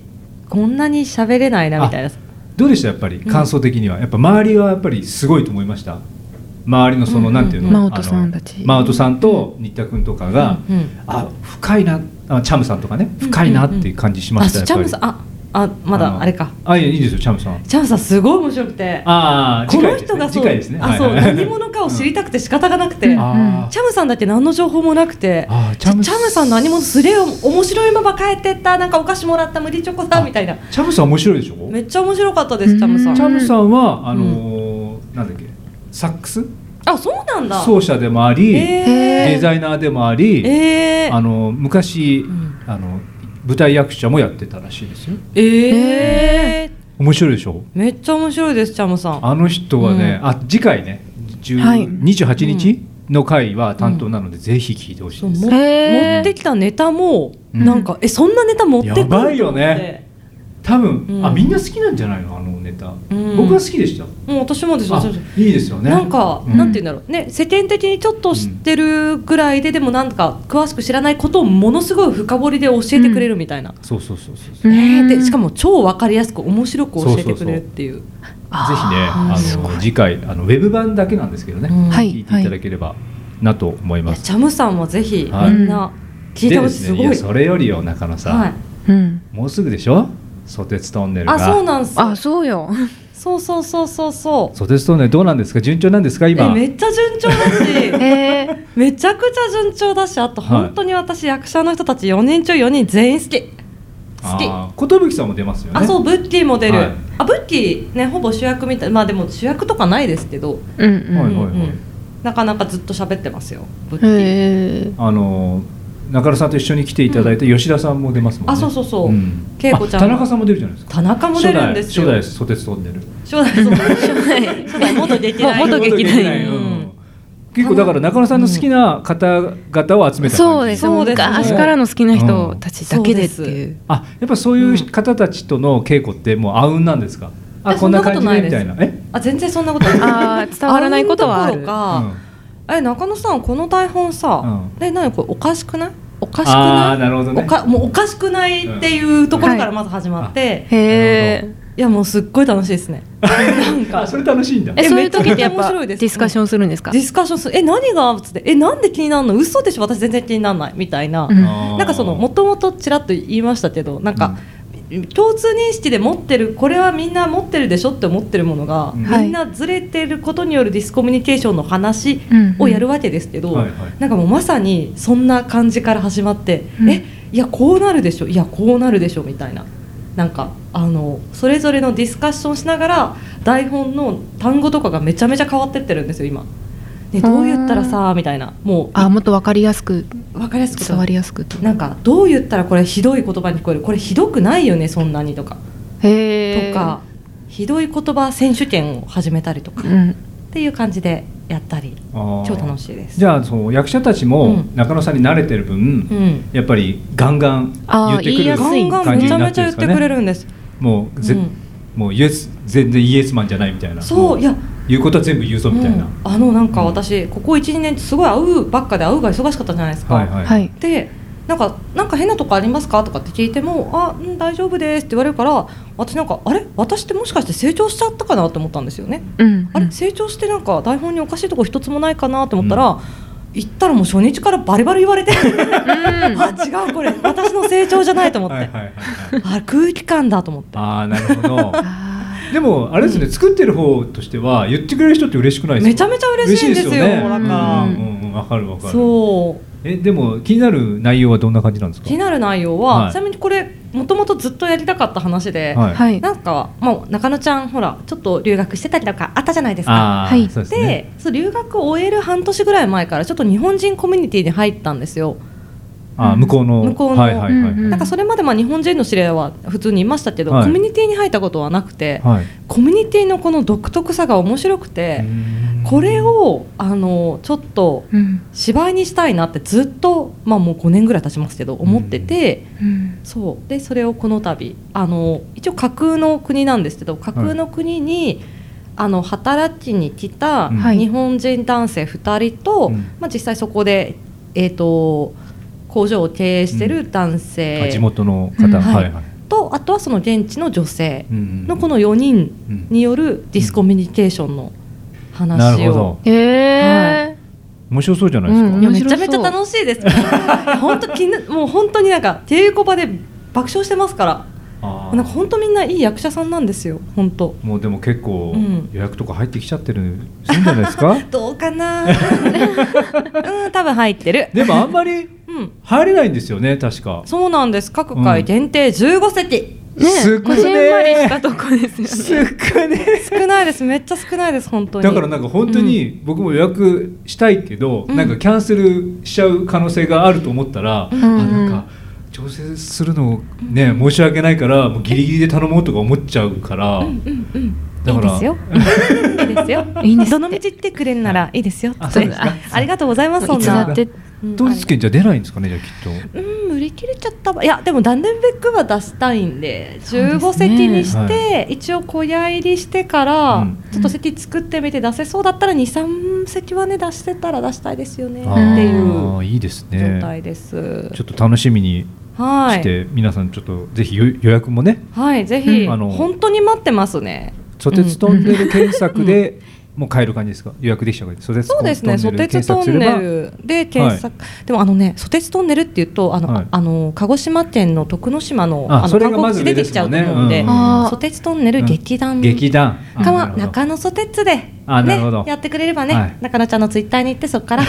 S2: こんなに喋れないなみたいな
S6: どうでしたやっぱり感想的には、やっぱ周りはやっぱりすごいと思いました周りのその、なんていうの
S15: マオトさんた
S6: あ
S15: ち
S6: のマウトさんと新田君とかが、
S2: うん
S6: あ深いなあチャムさんとかね深いなっていう感じしま
S2: あ
S6: した、
S2: チャ
S6: やっぱ
S2: ム
S6: り
S2: さんああまだあれか
S6: あいやいいですよチャムさん
S2: チャムさんすごい面白くて
S6: ああ
S2: この人がそう
S6: 次回ですね
S2: あそう
S6: はいはい
S2: 何者かを知りたくて仕方がなくて、
S6: んあ
S2: チャムさんだけ何の情報もなくてチャムさん何者すげえ面白いまま帰ってったなんかお菓子もらった無理チョコだみたいな
S6: チャムさん面白いでしょ
S2: めっちゃ面白かったですチャムさん
S6: チャムさんはあのーなんだっけサックス
S2: あそうなんだ
S6: 奏者でもあり、
S2: へー
S6: デザイナーでもあり、
S2: えー
S6: あの昔、あの舞台役者もやってたらしいですよ
S2: ええ
S6: 面白いでしょ
S2: めっちゃ面白いですチャムさん
S6: あの人はね、あ次回ね、10
S2: はい
S6: 28日の回は担当なので、ぜひ聞いてほしいです、
S2: も持ってきたネタもなんか、えそんなネタ持ってく
S6: や
S2: ると思っ
S6: ば
S2: て
S6: いよね多分、あみんな好きなんじゃないのあのネタ、
S2: ん
S6: 僕は好きでした
S2: もう私もです
S6: あ
S2: 私もです
S6: いいですよね
S2: なんか、
S6: うん
S2: なんて言うんだろうね世間的にちょっと知ってるぐらいで、でもなんか詳しく知らないことをものすごい深掘りで教えてくれるみたいな、
S6: そうそうそうそう
S2: ねえでしかも超わかりやすく面白く教えてくれるっていう
S6: ぜひね、あの次回あのウェブ版だけなんですけどね、
S2: はい
S6: 聞いていただければなと思います。
S2: チャムさんもぜひみ
S6: はい
S2: んな聞いてほしい、
S6: ですね
S2: ご
S6: い
S2: い
S6: やそれよりよ中野さん、
S2: はい
S15: うん
S6: もうすぐでしょ？ソテツトンネルが。
S2: あそうなんすあ
S15: そうよ
S2: そうそうそうそうそ
S6: ソテツトンネルどうなんですか？順調なんですか
S2: うえ
S6: 今？
S2: めっちゃ順 調だし、めちゃくちゃ順調だしあと
S6: はい
S2: 本当に私、役者の人たち4人中4人全員好き好き
S6: あー寿さんも出ますよね。
S2: あそうブッキーも出る、
S6: はい
S2: あブッキーねほぼ主役みたいまあでも主役とかないですけど
S15: うんうん
S6: はいはいはい。
S2: なかなかずっと喋ってますよブッキー
S15: へ
S6: あの中野さんと一緒に来ていただいた吉田さんも出ますもんね。
S2: あそうそうそう、
S6: うん
S2: 恵子ちゃん
S6: あ田中さんも出るじゃないですか。
S2: 田中も出るんですよ
S6: 初代初代ソテツトンネル。
S2: 初代そう初代初代元劇団
S15: 元劇団員
S6: うん結構だから中野さんの好きな方々を集めた感じ
S15: そうです昔からの好きな人たちだけでって
S2: そう
S15: い
S2: で
S15: う
S6: あやっぱそういう方たちとの稽古ってもうあうんなんですかあ
S2: え
S6: こんな感じ
S2: そんなことない
S6: で
S2: で
S6: み
S2: す
S6: たいなえ
S2: あ全然そんなことない
S15: あー伝わらないことはある
S2: んどころか、え中野さんこの台本さ、え何これおかしくないおかしく
S6: あ
S2: な
S6: あ
S2: い
S6: なるほどね
S2: おかもうおかしくないっていうところからまず始まって、
S15: へ
S2: えいやもうすっごい楽しいですねなんか
S6: それ楽しいんだ
S15: えそういう時ってやっ
S2: 面
S15: ぱ
S2: 白い
S15: デ
S2: です
S15: ィスカッションするんですか
S2: ディスカッションするえ何がつってえなんで気になるの嘘でしょ私全然気にならないみたいな、
S15: うん
S2: なんかそのもともとちらっと言いましたけどなんか、共通認識で持ってるこれはみんな持ってるでしょって思ってるものが、
S15: はい
S2: みんなずれてることによるディスコミュニケーションの話をやるわけですけど、
S15: うんうんはいは
S2: なんかもうまさにそんな感じから始まって、えいやこうなるでしょいやこうなるでしょみたいななんかあのそれぞれのディスカッションしながら台本の単語とかがめちゃめちゃ変わってってるんですよ今。ね、どう言ったらさみたいなもう
S15: あもっと分かりやすく
S2: 分かりやすく
S15: 伝わりやすく
S2: なんかどう言ったらこれひどい言葉に聞こえるこれひどくないよねそんなにとか
S15: へ
S2: とかひどい言葉選手権を始めたりとか、っていう感じでやったり
S6: あー
S2: 超楽しいです。
S6: じゃあその役者たちも中野さんに慣れてる分、
S2: ん
S6: やっぱりガンガン言
S2: あー
S6: ってくる
S2: 言いやすい
S6: 感じにな
S2: ガンガンめちゃ
S6: ってるんですかね
S2: めちゃ言ってくれるんです
S6: もうぜ、
S2: うん
S6: もうイエス全然イエスマンじゃないみたいな
S2: そう
S6: も
S2: いや
S6: 言うことは全部言うぞみたいな、
S2: あのなんか私、ここ12年すごい会うばっかで会うが忙しかったじゃないですか。
S6: はいはいはい
S2: でなんかなんか変なとこありますかとかって聞いても「あうん大丈夫です」って言われるから私なんか「あれ私ってもしかして成長しちゃったかな?」と思ったんですよね。あれ成長してなんか台本におかしいとこ一つもないかなと思ったら、行ったらもう初日からバリバリ言われて あ違うこれ私の成長じゃないと思ってあ空気感だと思って
S6: ああなる ほどでもあれですね、作ってる方としては言ってくれる人って嬉しくないですか
S2: めちゃめちゃ嬉しいんですよ
S6: 嬉しい
S2: ほら
S6: ね
S2: か
S6: うんうんうんわかるわかる
S2: そう
S6: えでも気になる内容はどんな感じなんですか
S2: 気になる内容は、
S6: はい
S2: ちなみにこれもともとずっとやりたかった話で、
S6: はいはい
S2: なんかもう中野ちゃんほらちょっと留学してたりとかあったじゃないですか。
S12: あーはい
S2: で
S12: そうです
S2: で
S12: ね
S2: そう留学を終える半年ぐらい前からちょっと日本人コミュニティに入ったんですよ。
S6: あー向こうの
S2: 向こうの、
S6: はいはいはい、
S2: なんかそれまでまあ日本人の知り合いは普通にいましたけど、
S6: はい
S2: コミュニティに入ったことはなくて、
S6: はい
S2: コミュニティのこの独特さが面白くてこれをあのちょっと芝居にしたいなってずっと、まあ、もう5年ぐらい経ちますけど思ってて、そうでそれをこの度あの一応架空の国なんですけど架空の国に、あの働きに来た
S12: はい
S2: 日本人男性2人と、まあ、実際そこで、えー、と工場を経営してる男性、
S6: あ地元の方、
S2: うん
S6: はいはい、
S2: とあとはその現地の女性
S6: うんうん
S2: のこの4人によるディスコミュニケーションの
S6: なる
S2: 話
S6: ほ
S2: を
S6: ど、
S2: へ
S15: え
S6: 面白そうじゃないですか、
S2: うん、いやめちゃめちゃ楽しいです 本当きなもう本当になんか稽古場で爆笑してますから
S6: あ
S2: なんか本当みんないい役者さんなんですよ本当
S6: もうでも結構
S2: うん
S6: 予約とか入ってきちゃってるんじゃな いですか
S2: どうか なうん多分入ってる
S6: でもあんまり
S2: うん
S6: 入れないんですよね確か
S2: そうなんです各回限定15席、
S6: ね少ねえこじんまりした
S2: とこです
S6: よね少
S2: ないですめっちゃ少ないです本当に
S6: だからなんか本当に僕も予約したいけど、
S2: うん
S6: なんかキャンセルしちゃう可能性があると思ったら、
S2: うん
S6: あなんか調整するのね申し訳ないからもうギリギリで頼もうとか思っちゃうから、
S2: うんうん
S6: だ
S2: いい
S6: か
S2: で
S6: ら
S2: すよ。いいですよ。いいんです。どの道行ってくれるならいいですよ。あ、
S6: そうですか
S2: ありがとうございます。そんな。
S6: 当日券じゃ出ないんですかねじゃあきっと。
S2: うん、売り切れちゃったば。いや、でもダンデンベックは出したいんで、
S6: うですね
S2: 15席にして、
S6: は
S2: 一応小屋入りしてから、
S6: うん
S2: ちょっと席作ってみて出せそうだったら2、3席はね出してたら出したいですよね
S6: あ
S2: っていう
S6: あいいですね
S2: 状態です。
S6: ちょっと楽しみに
S2: はい
S6: して、皆さんちょっとぜひ予予約もね
S2: はい、ぜひ、
S6: うんあの
S2: 本当に待ってますね。
S6: ソテツトンネル検索でもう買える感じですか予約できちゃう感じソテツ
S2: そうですね、ソテツト
S6: ト
S2: ン
S6: ンネ
S2: ネ
S6: ル
S2: ルで検索、でもあのね、ソテツトンネルっていうと、あの、
S6: はい
S2: あの鹿児島県の徳之島の、
S6: あ
S2: あ
S6: そ
S2: の
S6: れ
S2: 観
S6: がま
S2: 光地出
S6: ず上で
S2: て
S6: す
S2: きちゃ
S6: もん
S2: う
S6: ね
S2: と思うんで
S6: うんあー。
S2: ソテツトンネル劇団。
S6: 劇団あ
S2: かは
S6: なるほど
S2: 中野ソテツで。
S6: あな
S2: ね
S6: るほど、
S2: やってくれればね、
S6: はい
S2: 中野ちゃんのツイッターに行ってそ こから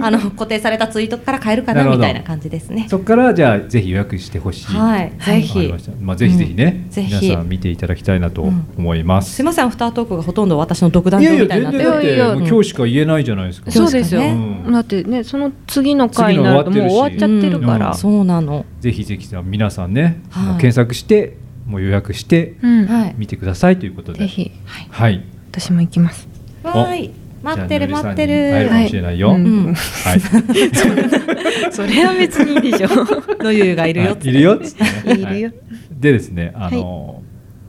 S2: あの固定されたツイートから変えるかな
S6: なるほ
S2: み
S6: ど
S2: たいな感じですね。
S6: そこからじゃあぜひ予約してほしい
S2: はいぜひ
S6: わかりましたまあぜひぜひね、
S2: うんぜひ
S6: 皆さん見ていただきたいなと思います、
S2: すいません、アフタートークがほとんど私の独断
S6: いや
S2: 場
S6: いや
S2: みたいになっ
S6: 全
S2: て
S6: 然だっ
S15: いやいや
S6: てもう今日しか言えないじゃないですか
S15: そうですよ、
S6: うん
S15: だってねその次の回になるともう終わっちゃってるから、
S2: そうなの
S6: ぜひぜひ皆さんね、
S15: はい
S6: もう検索してもう予約して
S15: うんはい
S6: 見てくださいということで、
S15: ぜひ
S6: はい
S15: 私も行きます
S2: わーい待ってる
S6: じゃあ
S2: 待ってる。
S6: のりさんに会えるかもしれないよ、はい
S2: うん
S15: それは別にい いでしょ
S2: のゆうがいるよっつって
S6: いるよっつってね
S15: いるよ
S6: はい でですねあの、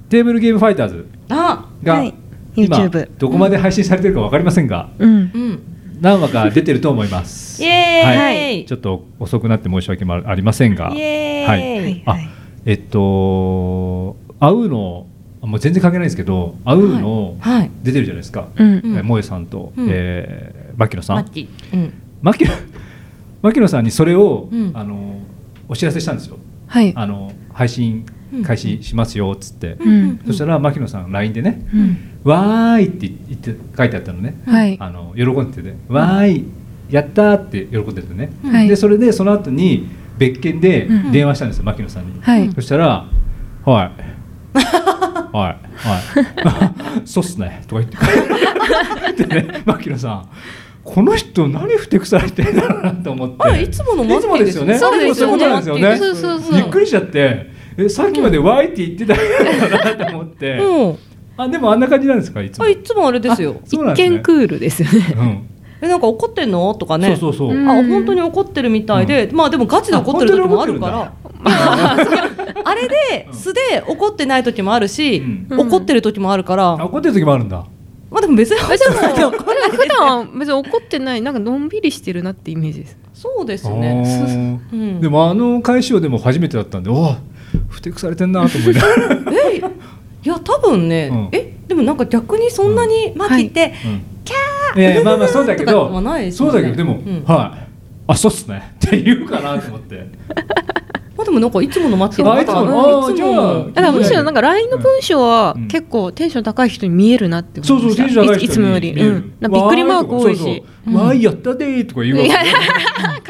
S6: テーブルゲームファイターズ
S2: あ
S6: が、
S2: はい
S6: 今
S2: YouTube
S6: どこまで配信されてるかわかりませんが、
S15: うん
S2: うん
S6: 何話か出てると思います。
S2: イエーイ
S6: はい、ちょっと遅くなって申し訳もありませんが、
S2: イエーイ
S6: はい、あ、えっと会うのもう全然関係ないですけど、会うの
S2: はいはい
S6: 出てるじゃないですか。
S2: うん
S6: えー萌えさんと、
S2: うん
S6: えー、牧野さ
S2: マ
S6: ん
S2: ッ、キーうん
S6: 牧 野牧野さんにそれを、
S2: うん
S6: あのお知らせしたんですよ。
S15: はい
S6: あの配信開始しますよっつって、
S15: うん
S6: そしたら牧野さん LINE でね、
S15: うん
S6: わーいって言って書いてあったのね、
S15: はい
S6: あの喜んでてね「わーいやった!」って喜んでてね、
S15: はい
S6: でそれでその後に別件で
S15: うん
S6: 電話したんですよ、牧野さんに、
S15: はい
S6: そしたら はいはいはい そうっすねとか言ってでね牧野さんこの人何ふてくされてんだろうなと思って
S2: あいつものマ
S6: いつもですよね
S2: そうですよね
S6: いつもなんですよね
S2: そうそうそう
S6: びっくりしちゃってえさっきまでわーいって言ってたよなと思って、
S2: うん
S6: あでもあんな感じなんですかいつも
S2: あいつもあれですよ
S6: あそうなんですね一見ク
S2: ールですよね、
S6: うん
S2: えなんか怒ってんのとかね
S6: そうそうそう
S2: あ本当に怒ってるみたいで、まあでもガチで怒ってる時もあるからあれで素で怒ってない時もあるし、怒ってる時もあるから、
S6: 怒ってる時もあるんだ
S2: まあでも別に
S1: でも 普段別に怒ってないなんかのんびりしてるなってイメージです
S2: そうです
S6: あ
S2: よね
S6: ー
S2: うん
S6: でもあの解消でも初めてだったんでおおふてくされてんなと思いながら
S2: えいや多分ね、えでもなんか逆にそんなにマキって、キャー
S6: いやいやまあまあそうだけ
S2: とかは
S6: ど、
S2: ないです
S6: そ
S2: よ
S6: う
S2: ね
S6: だけどでも、
S2: うん
S6: はいあそうっすねって言うかなと思って
S2: まあでもなんかいつものマキ
S6: あいつものあーじゃあ
S1: だからむしろなんか LINE の文章は結構テンション高い人に見えるなって思いました
S6: そうそうテンション高い
S1: い
S6: 人に
S1: つもより、
S6: 見える
S1: うん、なんかびっくりマーク多いし
S6: 「わーいやったでー」とか言うわ
S1: い
S6: け
S1: やいや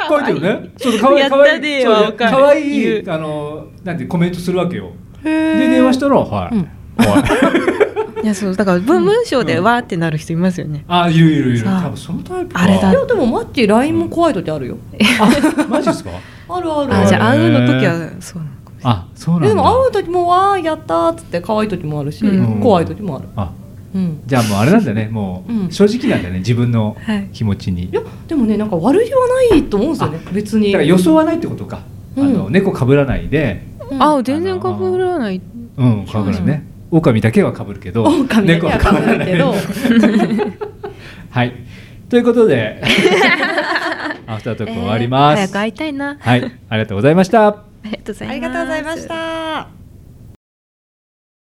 S6: 書いてるねそうかわい
S1: や
S6: い
S1: った
S6: かわい
S1: でー
S6: いそう
S1: はわかる
S6: かわいいあのなんてコメントするわけよで電話したら「はい」
S1: いやそうだから文文章でわーってなる人いますよね、
S6: あいるいるいる
S1: さあ
S6: 多分そのタイプ
S1: あれだ
S2: いやでもマッチ LINE も怖い時あるよ、
S6: マジですか
S2: あるある
S1: あじゃあ会うの時
S6: へ
S1: はそう
S6: あそう
S2: え
S6: な
S2: で
S6: ん
S2: も
S6: だ
S2: 会う時もわーやったーっつって可愛い時もあるし、
S6: うん
S2: 怖い時もある
S6: あ
S2: うん
S6: じゃあもうあれな んだねも
S2: う
S6: うん正直なんだね自分の
S2: はい
S6: 気持ちにだか
S2: でもねなんか悪気はないと思うんですよね別に
S6: ら予想はないってことかあの猫かぶらないで
S1: あ全然かぶらない
S6: うんかぶらないね狼だけはかぶるけど
S1: 狼だけ
S6: 猫
S1: は
S6: はかぶらない
S1: 被るけど
S6: はいということでアフタートーク終わります
S1: 早く会いたいな
S6: はいありがとうございました
S1: ありがとうございます
S2: ありがとうございました